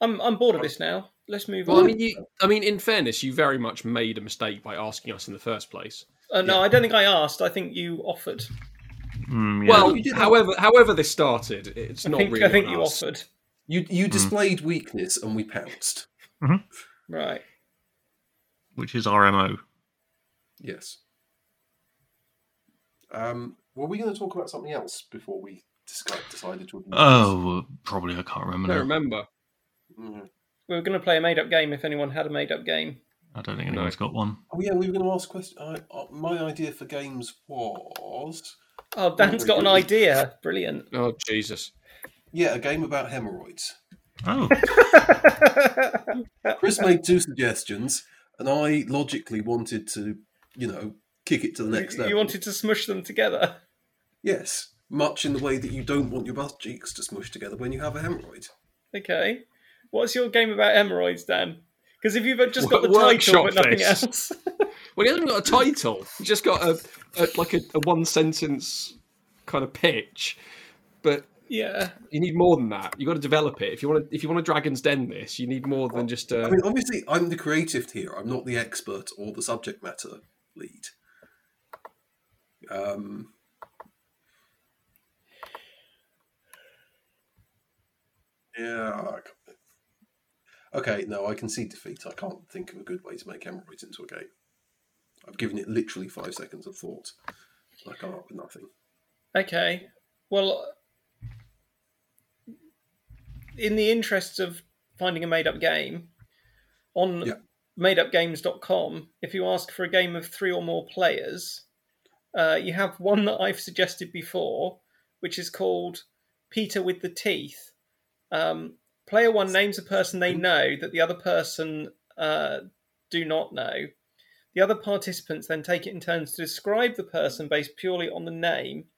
[SPEAKER 4] I'm I'm bored of this now. Let's move
[SPEAKER 2] Well, I
[SPEAKER 4] on.
[SPEAKER 2] mean, you, I mean, in fairness, you very much made a mistake by asking us in the first place.
[SPEAKER 4] oh, no, I don't think I asked. I think you offered.
[SPEAKER 3] Mm, yeah.
[SPEAKER 2] Well,
[SPEAKER 5] You did-
[SPEAKER 2] however, however this started, it's
[SPEAKER 4] I
[SPEAKER 2] not
[SPEAKER 4] think,
[SPEAKER 2] really.
[SPEAKER 4] I think
[SPEAKER 2] on
[SPEAKER 4] you
[SPEAKER 2] us.
[SPEAKER 4] offered.
[SPEAKER 5] You
[SPEAKER 3] Hmm.
[SPEAKER 5] you displayed weakness and we pounced.
[SPEAKER 4] Right.
[SPEAKER 3] which is RMO.
[SPEAKER 5] Yes. Um, were we going to talk about something else before we discuss- decided to?
[SPEAKER 3] Oh, probably I can't
[SPEAKER 2] I
[SPEAKER 3] remember.
[SPEAKER 2] don't
[SPEAKER 3] now.
[SPEAKER 2] remember.
[SPEAKER 5] Mm.
[SPEAKER 4] We were going to play a made up game if anyone had a made up game.
[SPEAKER 3] I don't think anyone's got one.
[SPEAKER 5] Oh yeah, we were going to ask question. I, uh, my idea for games was
[SPEAKER 4] Oh, Dan's got an idea. Brilliant.
[SPEAKER 2] Oh Jesus!
[SPEAKER 5] yeah a game about hemorrhoids.
[SPEAKER 3] Oh,
[SPEAKER 4] Uh,
[SPEAKER 5] Chris made two suggestions, and I logically wanted to you know kick it to the next level.
[SPEAKER 4] you wanted to smush them together.
[SPEAKER 5] Yes, much in the way that you don't want your butt cheeks to smush together when you have a hemorrhoid.
[SPEAKER 4] Okay. What's your game about hemorrhoids, Dan? Because if you've just got the
[SPEAKER 2] Wo-
[SPEAKER 4] title but
[SPEAKER 2] workshop
[SPEAKER 4] nothing
[SPEAKER 2] this.
[SPEAKER 4] else,
[SPEAKER 2] Well, he hasn't got a title. He's just got a, a like a, a one sentence kind of pitch. But
[SPEAKER 4] yeah.
[SPEAKER 2] you need more than that. You got to develop it. If you want to, if you want to Dragon's Den this, you need more than just.
[SPEAKER 5] I
[SPEAKER 2] Uh,
[SPEAKER 5] mean, obviously, I'm the creative here. I'm not the expert or the subject matter lead. Um, yeah. I c- Okay, no, I can see defeat. I can't think of a good way to make hemorrhoids into a game. I've given it literally five seconds of thought. I can't up with nothing.
[SPEAKER 4] Okay. Well, in the interests of finding a made up game, on
[SPEAKER 5] Yeah.
[SPEAKER 4] madeupgames.com, if you ask for a game of three or more players, uh, you have one that I've suggested before, which is called Peter with the Teeth. Um, player one names a person they know that the other person uh, do not know. The other participants then take it in turns to describe the person based purely on the name.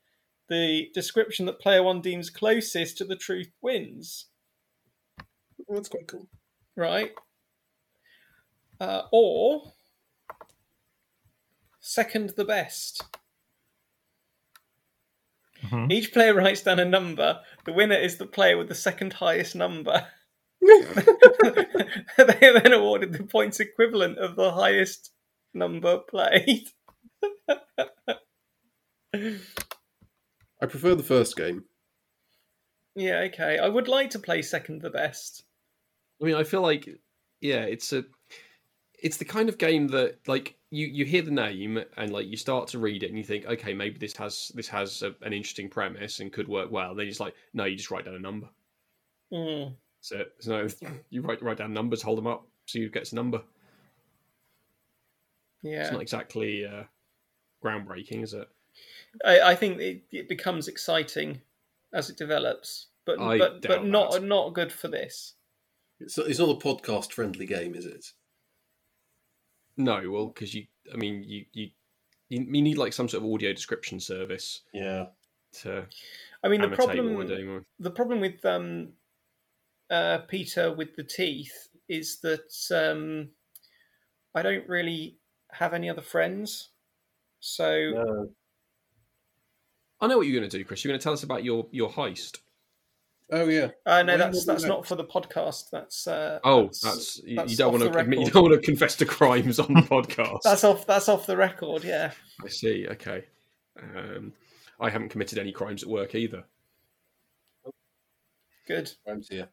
[SPEAKER 4] The description that player one deems closest to the truth wins,
[SPEAKER 5] Well, that's quite cool.
[SPEAKER 4] right? Uh, or second the best.
[SPEAKER 3] Mhm.
[SPEAKER 4] Each player writes down a number. The winner is the player with the second highest number. they are then awarded the points equivalent of the highest number played.
[SPEAKER 5] I prefer the first game.
[SPEAKER 4] Yeah, okay. I would like to play second the best.
[SPEAKER 2] I mean, I feel like yeah, it's a it's the kind of game that like you you hear the name and like you start to read it and you think, okay, maybe this has this has a, an interesting premise and could work well. Then it's like, no, you just write down a number.
[SPEAKER 4] Mm.
[SPEAKER 2] So, so you write write down numbers, hold them up, see who gets a number.
[SPEAKER 4] Yeah,
[SPEAKER 2] It's not exactly uh, groundbreaking, is it?
[SPEAKER 4] I, I think it, it becomes exciting as it develops, but
[SPEAKER 2] I
[SPEAKER 4] but, but
[SPEAKER 2] doubt
[SPEAKER 4] not
[SPEAKER 2] that.
[SPEAKER 4] not good for this.
[SPEAKER 5] It's not, it's not a podcast friendly game, is it?
[SPEAKER 2] No, well, because you, I mean, you you you you need like some sort of audio description service
[SPEAKER 5] Yeah.
[SPEAKER 2] to
[SPEAKER 4] I mean, the
[SPEAKER 2] annotate what we're
[SPEAKER 4] problem
[SPEAKER 2] doing. with-
[SPEAKER 4] the problem with um, uh, Peter with the teeth is that um, I don't really have any other friends. So
[SPEAKER 2] I know what you're going to do, Chris. You're going to tell us about your your heist.
[SPEAKER 5] Oh yeah.
[SPEAKER 4] uh, no,
[SPEAKER 5] Why
[SPEAKER 4] that's
[SPEAKER 5] not
[SPEAKER 4] that's
[SPEAKER 5] do
[SPEAKER 4] not for the podcast. That's uh,
[SPEAKER 2] Oh, that's, you, you
[SPEAKER 4] that's
[SPEAKER 2] don't
[SPEAKER 4] off
[SPEAKER 2] want
[SPEAKER 4] the
[SPEAKER 2] to admit, you
[SPEAKER 4] record.
[SPEAKER 2] don't want to confess to crimes on the podcast.
[SPEAKER 4] that's off that's off the record. Yeah.
[SPEAKER 2] I see. Okay, um, I haven't committed any crimes at work either.
[SPEAKER 4] Good.
[SPEAKER 5] I'm here.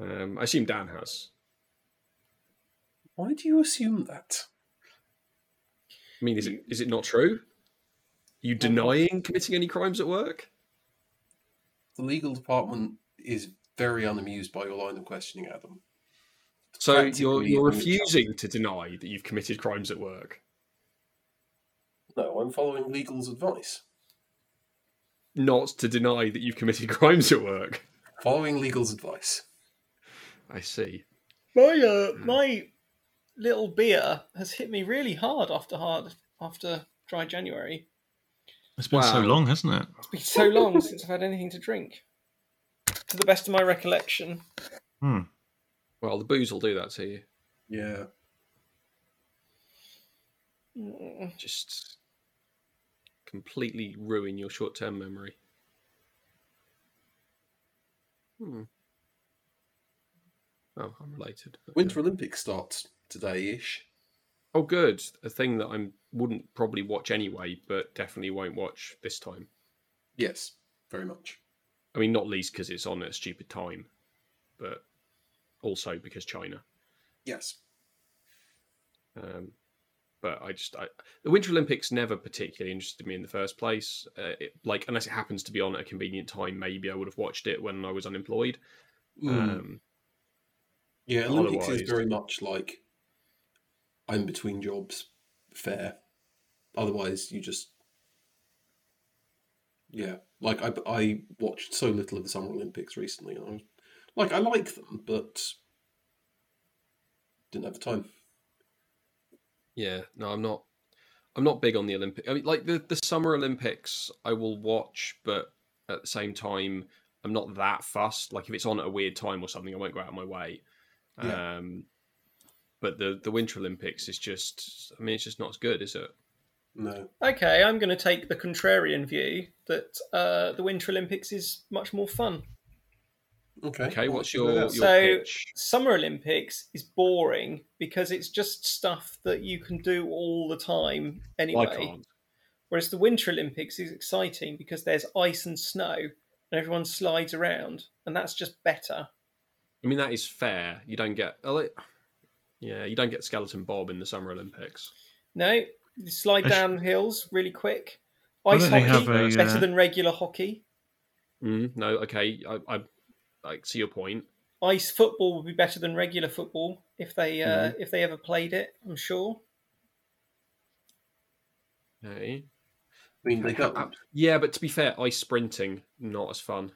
[SPEAKER 2] Um, I assume Dan has.
[SPEAKER 5] Why do you assume that?
[SPEAKER 2] I mean, is it is it not true? You denying committing any crimes at work?
[SPEAKER 5] The legal department is very unamused by your line of questioning, Adam.
[SPEAKER 2] So you're
[SPEAKER 5] Practically
[SPEAKER 2] you're
[SPEAKER 5] on each
[SPEAKER 2] refusing to deny that you've committed crimes at work.
[SPEAKER 5] No, I'm following legal's advice.
[SPEAKER 2] not to deny that you've committed crimes at work.
[SPEAKER 5] Following legal's advice.
[SPEAKER 2] I see.
[SPEAKER 4] My uh,
[SPEAKER 2] Hmm.
[SPEAKER 4] my little beer has hit me really hard after hard after dry January.
[SPEAKER 3] It's been so
[SPEAKER 2] Wow.
[SPEAKER 3] long, hasn't it?
[SPEAKER 4] It's been so long since I've had anything to drink. To the best of my recollection.
[SPEAKER 3] Hmm.
[SPEAKER 2] Well, the booze will do that to you.
[SPEAKER 5] Yeah.
[SPEAKER 4] Mm.
[SPEAKER 2] Just completely ruin your short-term memory. Hmm. Oh, I'm related. Okay.
[SPEAKER 5] Winter Olympics starts today ish.
[SPEAKER 2] Oh, good. A thing that I wouldn't probably watch anyway, but definitely won't watch this time.
[SPEAKER 5] Yes, very much.
[SPEAKER 2] I mean, not least because it's on at a stupid time, but also because China.
[SPEAKER 5] Yes.
[SPEAKER 2] Um, but I just I, the Winter Olympics never particularly interested me in the first place. Uh, it, like unless it happens to be on at a convenient time, maybe I would have watched it when I was unemployed.
[SPEAKER 5] Hmm.
[SPEAKER 2] Um,
[SPEAKER 5] yeah, Olympics
[SPEAKER 2] otherwise-
[SPEAKER 5] is very much like I'm between jobs fair. Otherwise, you just. Yeah, like I, I watched so little of the Summer Olympics recently. And I was, like, I like them, but didn't have the time.
[SPEAKER 2] yeah, no, I'm not. I'm not big on the Olympic. I mean, like the the Summer Olympics, I will watch, but at the same time, I'm not that fussed. Like if it's on at a weird time or something, I won't go out of my way.
[SPEAKER 5] Yeah.
[SPEAKER 2] Um, but the the Winter Olympics is just. I mean, it's just not as good, is it?
[SPEAKER 5] No.
[SPEAKER 4] Okay, I'm going to take the contrarian view that uh, the Winter Olympics is much more fun.
[SPEAKER 5] Okay.
[SPEAKER 2] Okay,
[SPEAKER 5] Well,
[SPEAKER 2] what's
[SPEAKER 5] let's figure
[SPEAKER 2] your your
[SPEAKER 5] that out.
[SPEAKER 4] So-
[SPEAKER 2] pitch?
[SPEAKER 4] Summer Olympics is boring because it's just stuff that you can do all the time anyway.
[SPEAKER 2] I can't.
[SPEAKER 4] Whereas the Winter Olympics is exciting because there's ice and snow and everyone slides around, and that's just better.
[SPEAKER 2] I mean, that is fair. You don't get, oh, it- yeah, you don't get skeleton bob in the Summer Olympics.
[SPEAKER 4] No, you slide
[SPEAKER 3] I sh-
[SPEAKER 4] down hills really quick.
[SPEAKER 3] Why
[SPEAKER 4] Ice
[SPEAKER 3] don't they
[SPEAKER 4] hockey
[SPEAKER 3] have a,
[SPEAKER 4] better
[SPEAKER 3] uh,
[SPEAKER 4] than regular hockey.
[SPEAKER 2] Mm, no, okay, I, I, I see your point.
[SPEAKER 4] Ice football would be better than regular football if they uh,
[SPEAKER 3] Mm-hmm.
[SPEAKER 4] if they ever played it. I'm sure.
[SPEAKER 2] Okay.
[SPEAKER 5] I mean, they
[SPEAKER 2] How-
[SPEAKER 5] don't.
[SPEAKER 2] Yeah, but to be fair, ice sprinting not as fun.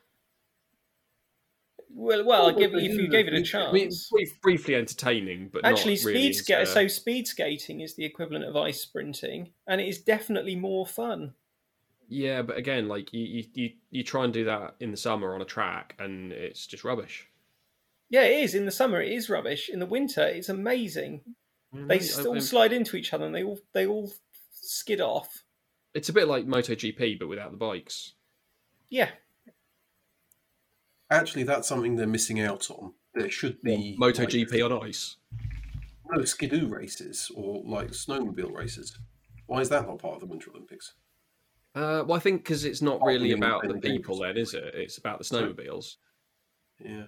[SPEAKER 4] Well, well, I give,
[SPEAKER 5] Well,
[SPEAKER 4] if you gave it a
[SPEAKER 5] briefly-
[SPEAKER 2] I mean,
[SPEAKER 4] chance.
[SPEAKER 2] brief, briefly entertaining, but
[SPEAKER 4] Actually,
[SPEAKER 2] not really
[SPEAKER 4] speed skate.
[SPEAKER 2] into-
[SPEAKER 4] So speed skating is the equivalent of ice sprinting, and it is definitely more fun.
[SPEAKER 2] yeah, but again, like you, you, you, you try and do that in the summer on a track, and it's just rubbish.
[SPEAKER 4] Yeah, it is. In the summer, it is rubbish. In the winter, it's amazing. They
[SPEAKER 2] Mm, I-
[SPEAKER 4] still
[SPEAKER 2] I-
[SPEAKER 4] slide into each other, and they all they all skid off.
[SPEAKER 2] It's a bit like MotoGP, but without the bikes.
[SPEAKER 4] Yeah,
[SPEAKER 5] Actually, that's something they're missing out on. There should be
[SPEAKER 2] MotoGP on ice.
[SPEAKER 5] like, no skidoo races or like snowmobile races. Why is that not part of the Winter Olympics?
[SPEAKER 2] Uh, well, I think because it's not
[SPEAKER 5] Apart
[SPEAKER 2] really
[SPEAKER 5] from the
[SPEAKER 2] about the
[SPEAKER 5] independent
[SPEAKER 2] people, then, is it? It's about the snowmobiles.
[SPEAKER 5] Yeah.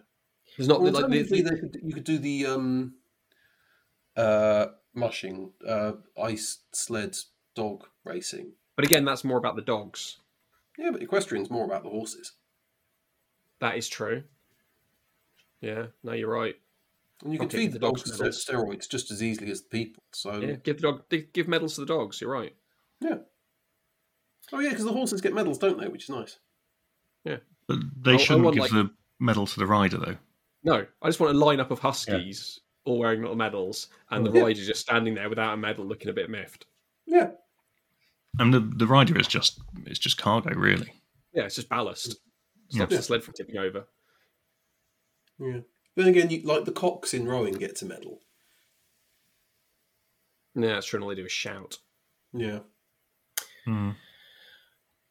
[SPEAKER 2] There's not
[SPEAKER 5] Well,
[SPEAKER 2] like the,
[SPEAKER 5] alternatively, they could, you could do the um, uh, mushing, uh, ice sled dog racing.
[SPEAKER 2] but again, that's more about the dogs.
[SPEAKER 5] Yeah, but equestrian's more about the horses,
[SPEAKER 2] That is true. Yeah, no, you're right.
[SPEAKER 5] and you can
[SPEAKER 2] Okay,
[SPEAKER 5] feed
[SPEAKER 2] give
[SPEAKER 5] the
[SPEAKER 2] the dogs
[SPEAKER 5] dogs ster-
[SPEAKER 2] medals.
[SPEAKER 5] steroids just as easily as the people. So
[SPEAKER 2] Yeah, give the dog, give medals to the dogs. You're right.
[SPEAKER 5] oh yeah, because the horses get medals, don't they? Which is nice.
[SPEAKER 3] But
[SPEAKER 2] I-
[SPEAKER 3] they
[SPEAKER 2] I
[SPEAKER 3] shouldn't
[SPEAKER 2] want,
[SPEAKER 3] give
[SPEAKER 2] Oh, like-
[SPEAKER 3] the medal to the rider, though.
[SPEAKER 2] No, I just want a lineup of huskies all wearing little medals, and the
[SPEAKER 5] Yeah.
[SPEAKER 2] rider just standing there without a medal, looking a bit miffed.
[SPEAKER 5] Yeah,
[SPEAKER 3] And the, the rider is just it's just cargo, really.
[SPEAKER 2] Yeah, it's just ballast. Stops the sled from tipping over.
[SPEAKER 5] yeah. Then again, you, like the cocks in rowing gets a medal.
[SPEAKER 2] Yeah, that's true. and All they do is shout.
[SPEAKER 5] Yeah,
[SPEAKER 3] Hmm.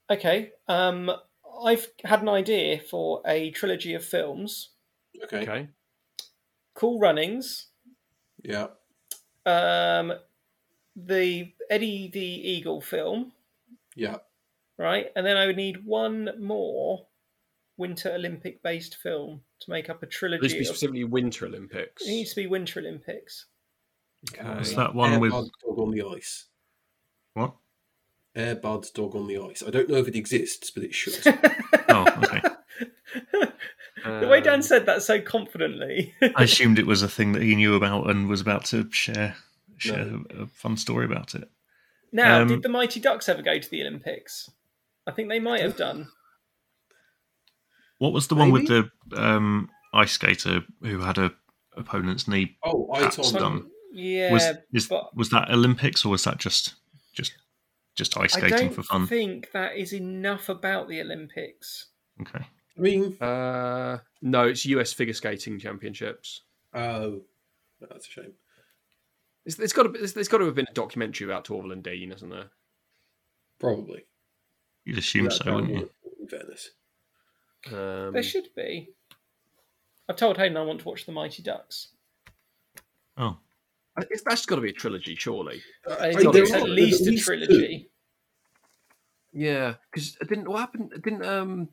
[SPEAKER 4] Okay. Um, I've had an idea for a trilogy of films:
[SPEAKER 5] okay,
[SPEAKER 2] Okay.
[SPEAKER 4] Cool Runnings,
[SPEAKER 5] yeah,
[SPEAKER 4] um, the Eddie the Eagle film,
[SPEAKER 5] yeah.
[SPEAKER 4] right? And then I would need one more Winter Olympic-based film to make up a
[SPEAKER 2] This
[SPEAKER 4] trilogy.
[SPEAKER 2] be
[SPEAKER 4] Of, it
[SPEAKER 2] specifically Winter Olympics.
[SPEAKER 4] needs to be Winter Olympics.
[SPEAKER 2] Okay.
[SPEAKER 3] What's that one with
[SPEAKER 5] Airbud dog on the ice?
[SPEAKER 3] what?
[SPEAKER 5] Airbud's dog on the ice. I don't know if it exists, but it should.
[SPEAKER 3] Oh, okay.
[SPEAKER 4] The way
[SPEAKER 2] Um,
[SPEAKER 4] Dan said that so confidently.
[SPEAKER 3] I assumed it was a thing that he knew about and was about to share share
[SPEAKER 5] No.
[SPEAKER 3] a, a fun story about it.
[SPEAKER 4] now,
[SPEAKER 3] Um,
[SPEAKER 4] did the Mighty Ducks ever go to the Olympics? I think they might have done.
[SPEAKER 3] What was the one with the um, ice skater who had a opponent's knee?
[SPEAKER 5] oh, I
[SPEAKER 3] That's
[SPEAKER 5] told
[SPEAKER 3] done.
[SPEAKER 5] them.
[SPEAKER 3] Um,
[SPEAKER 4] Yeah,
[SPEAKER 3] was is,
[SPEAKER 4] but
[SPEAKER 3] was that Olympics or was that just just just ice
[SPEAKER 4] I
[SPEAKER 3] skating
[SPEAKER 4] don't
[SPEAKER 3] for fun?
[SPEAKER 4] think that is enough about the Olympics.
[SPEAKER 3] Okay.
[SPEAKER 5] I mean,
[SPEAKER 2] Uh, no, it's US Figure Skating Championships.
[SPEAKER 5] oh, that's a shame.
[SPEAKER 2] It's, it's got to. It's, there's got to have been a documentary about Torval and Dean, isn't there?
[SPEAKER 5] Probably.
[SPEAKER 3] You'd assume
[SPEAKER 5] That's
[SPEAKER 3] so,
[SPEAKER 5] how
[SPEAKER 3] wouldn't
[SPEAKER 5] it
[SPEAKER 3] you?
[SPEAKER 5] works In fairness.
[SPEAKER 2] Um,
[SPEAKER 4] there should be. I've told Hayden I want to watch the Mighty Ducks.
[SPEAKER 3] Oh,
[SPEAKER 2] it's, that's got to be a trilogy, surely.
[SPEAKER 5] I-
[SPEAKER 4] And
[SPEAKER 5] I-
[SPEAKER 4] There's
[SPEAKER 5] there
[SPEAKER 4] at
[SPEAKER 5] are-
[SPEAKER 4] least
[SPEAKER 5] there's
[SPEAKER 4] a
[SPEAKER 5] two.
[SPEAKER 4] trilogy.
[SPEAKER 2] Yeah, because didn't what happened? Didn't um,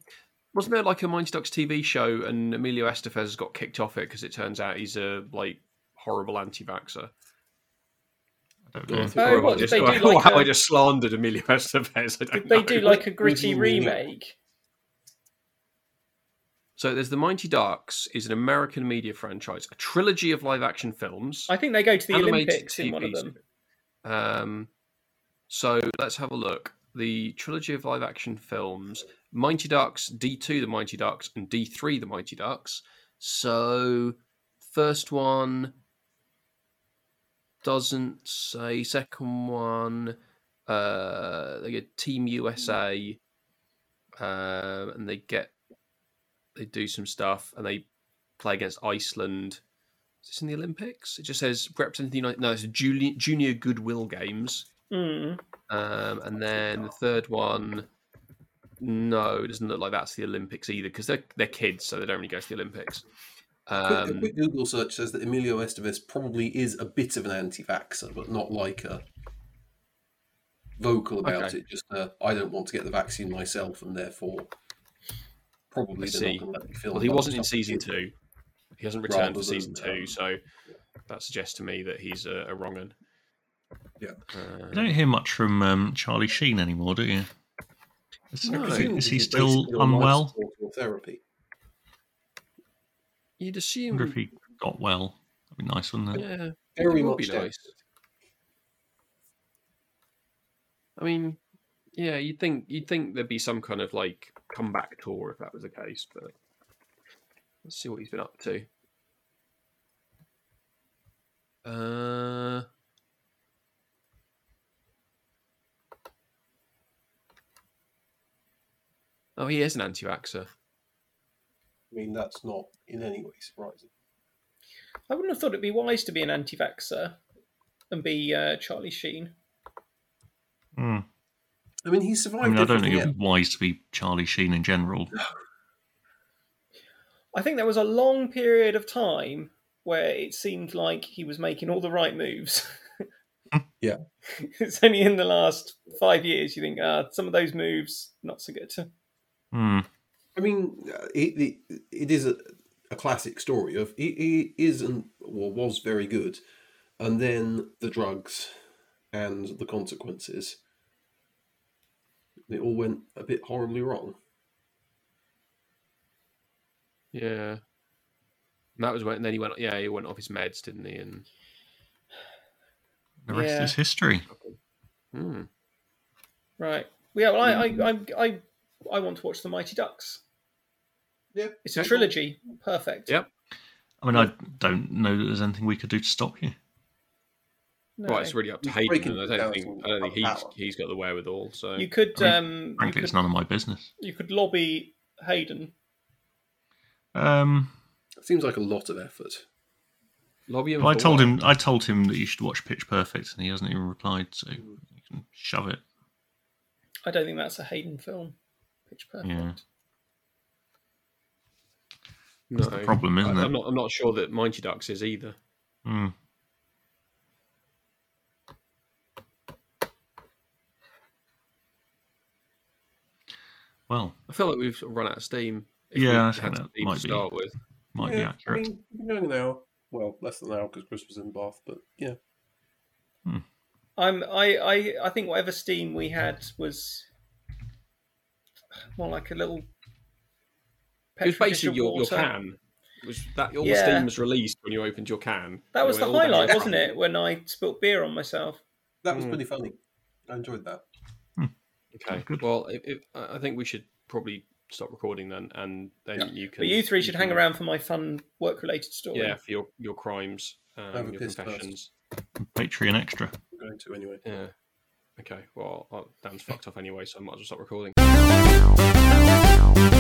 [SPEAKER 2] wasn't there like a Mighty Ducks TV show and Emilio Estevez got kicked off it because it turns out he's a like horrible anti-vaxer.
[SPEAKER 3] I don't know.
[SPEAKER 4] Oh, what, did they do like
[SPEAKER 2] how
[SPEAKER 4] a-
[SPEAKER 2] I just slandered Emilio Estevez. I don't
[SPEAKER 4] Did they
[SPEAKER 2] know.
[SPEAKER 4] do like a gritty
[SPEAKER 5] Original
[SPEAKER 4] remake?
[SPEAKER 2] So there's the Mighty Ducks is an American media franchise, a trilogy of live-action films.
[SPEAKER 4] I think they go to the
[SPEAKER 2] animated
[SPEAKER 4] Olympics in one of
[SPEAKER 2] TV
[SPEAKER 4] them.
[SPEAKER 2] series. Um, so let's have a look. The trilogy of live action films Mighty Ducks, D2 The Mighty Ducks, and D3 The Mighty Ducks. So, first one doesn't say, second one, uh, they get Team USA, um, and they get, they do some stuff, and they play against Iceland. Is this in the Olympics? It just says representing the United. No, it's junior, junior goodwill games.
[SPEAKER 4] Mm.
[SPEAKER 2] Um, and then the third one, no, it doesn't look like that's the Olympics either because they're they're kids, so they don't really go to the Olympics.
[SPEAKER 5] Quick-
[SPEAKER 2] Um,
[SPEAKER 5] a quick Google search says that Emilio Estevez probably is a bit of an anti-vaxxer, but not like a vocal about
[SPEAKER 2] Okay.
[SPEAKER 5] it. Just uh, I don't want to get the vaccine myself, and therefore probably
[SPEAKER 2] I
[SPEAKER 5] they're
[SPEAKER 2] see.
[SPEAKER 5] not going to let me film.
[SPEAKER 2] well, he
[SPEAKER 5] about
[SPEAKER 2] wasn't in
[SPEAKER 5] stuff
[SPEAKER 2] season
[SPEAKER 5] with you.
[SPEAKER 2] two. He hasn't returned
[SPEAKER 5] Rather
[SPEAKER 2] for season
[SPEAKER 5] than, um,
[SPEAKER 2] two, so that suggests to me that he's a, a wrong un. Uh,
[SPEAKER 5] Yeah.
[SPEAKER 3] You don't hear much from um, Charlie Sheen anymore, do you? Is,
[SPEAKER 2] No.
[SPEAKER 3] is he, is he
[SPEAKER 5] Basically
[SPEAKER 3] still
[SPEAKER 5] on life
[SPEAKER 3] unwell?
[SPEAKER 5] support or therapy.
[SPEAKER 2] You'd
[SPEAKER 3] I
[SPEAKER 2] assume,
[SPEAKER 3] wonder if he got well. That'd be nice, wouldn't it?
[SPEAKER 2] yeah,
[SPEAKER 5] Very
[SPEAKER 2] it would
[SPEAKER 5] much
[SPEAKER 2] be
[SPEAKER 5] nice.
[SPEAKER 2] nice. I mean, yeah, you'd think you'd think there'd be some kind of like comeback tour if that was the case, but Let's see what he's been up to. Uh, oh, he is an anti-vaxxer.
[SPEAKER 5] I mean, that's not in any way surprising.
[SPEAKER 4] I wouldn't have thought it'd be wise to be an anti-vaxxer and be uh, Charlie Sheen.
[SPEAKER 3] Hmm.
[SPEAKER 5] I mean, he
[SPEAKER 3] I
[SPEAKER 5] survived.
[SPEAKER 3] mean, I don't think
[SPEAKER 5] everything
[SPEAKER 3] it's wise to be Charlie Sheen in general.
[SPEAKER 4] I think there was a long period of time where it seemed like he was making all the right moves.
[SPEAKER 5] Yeah.
[SPEAKER 4] it's only in the last five years you think, ah, some of those moves not so good.
[SPEAKER 3] Hmm.
[SPEAKER 5] I mean, uh, it, it, it is a, a classic story of he, he isn't or was very good, and then the drugs and the consequences. It all went a bit horribly wrong.
[SPEAKER 2] Yeah. And that was when. And then he went. Yeah, he went off his meds, didn't he? And
[SPEAKER 3] The rest
[SPEAKER 4] Yeah.
[SPEAKER 3] is history.
[SPEAKER 2] hmm.
[SPEAKER 4] Right. Yeah. Well, I, I, I, I, I want to watch the Mighty Ducks.
[SPEAKER 5] Yeah.
[SPEAKER 4] It's a trilogy. Perfect.
[SPEAKER 2] Yep.
[SPEAKER 3] I mean, I don't know that there's anything we could do to stop you.
[SPEAKER 4] No.
[SPEAKER 2] Well, it's really up to
[SPEAKER 5] He's
[SPEAKER 2] Hayden.
[SPEAKER 5] breaking
[SPEAKER 2] and I
[SPEAKER 5] down
[SPEAKER 2] don't think. I don't think
[SPEAKER 5] some
[SPEAKER 2] he's
[SPEAKER 5] power.
[SPEAKER 2] he's got the wherewithal. So
[SPEAKER 4] you could,
[SPEAKER 3] I
[SPEAKER 4] um, you
[SPEAKER 3] Frankly,
[SPEAKER 4] could,
[SPEAKER 3] it's none of my business.
[SPEAKER 4] you could lobby Hayden.
[SPEAKER 3] Um,
[SPEAKER 5] It seems like a lot of effort.
[SPEAKER 2] lobby him.
[SPEAKER 3] well, I
[SPEAKER 2] for
[SPEAKER 3] told
[SPEAKER 2] what?
[SPEAKER 3] him. I told him that you should watch Pitch Perfect, and he hasn't even replied. So you
[SPEAKER 5] Mm.
[SPEAKER 3] can shove it.
[SPEAKER 4] I don't think that's a Hayden film. Pitch Perfect.
[SPEAKER 3] Yeah.
[SPEAKER 2] No.
[SPEAKER 3] the problem, isn't
[SPEAKER 2] I,
[SPEAKER 3] it?
[SPEAKER 2] I'm not. I'm not sure that Mighty Ducks is either.
[SPEAKER 3] Hmm. Well,
[SPEAKER 2] I feel like we've sort of run out of steam.
[SPEAKER 3] Yeah, I
[SPEAKER 2] we
[SPEAKER 3] think
[SPEAKER 2] had
[SPEAKER 3] that
[SPEAKER 2] steam
[SPEAKER 3] might
[SPEAKER 2] to
[SPEAKER 3] be.
[SPEAKER 2] start with.
[SPEAKER 3] might be
[SPEAKER 5] Yeah, I
[SPEAKER 3] accurate.
[SPEAKER 5] mean, we've been going an hour. Well, less than an hour because Chris was in Bath, but yeah.
[SPEAKER 4] I'm. I, I. I think whatever steam we had was more like a little.
[SPEAKER 2] It was basically
[SPEAKER 4] petrified
[SPEAKER 2] your, your
[SPEAKER 4] water.
[SPEAKER 2] can. It was that all
[SPEAKER 4] Yeah.
[SPEAKER 2] the steam was released when you opened your can.
[SPEAKER 4] That
[SPEAKER 2] It
[SPEAKER 4] was the
[SPEAKER 2] went all down
[SPEAKER 4] highlight,
[SPEAKER 2] your
[SPEAKER 4] wasn't
[SPEAKER 2] throat.
[SPEAKER 4] it? When I spilt beer on myself.
[SPEAKER 5] That was
[SPEAKER 2] Mm.
[SPEAKER 5] pretty funny. I enjoyed that.
[SPEAKER 2] Okay.
[SPEAKER 3] Good.
[SPEAKER 2] Well, if, if, I I think we should probably stop recording then, and then
[SPEAKER 5] Yeah.
[SPEAKER 2] you can.
[SPEAKER 4] But you three should hang
[SPEAKER 2] can-
[SPEAKER 4] around for my fun work-related story.
[SPEAKER 2] Yeah, for your your crimes,
[SPEAKER 5] Have a
[SPEAKER 2] um, your
[SPEAKER 5] piss first.
[SPEAKER 2] confessions.
[SPEAKER 3] Patreon extra.
[SPEAKER 5] We're going to anyway.
[SPEAKER 2] Yeah. Okay. Well, I'll- Dan's fucked off anyway, so I might as well stop recording.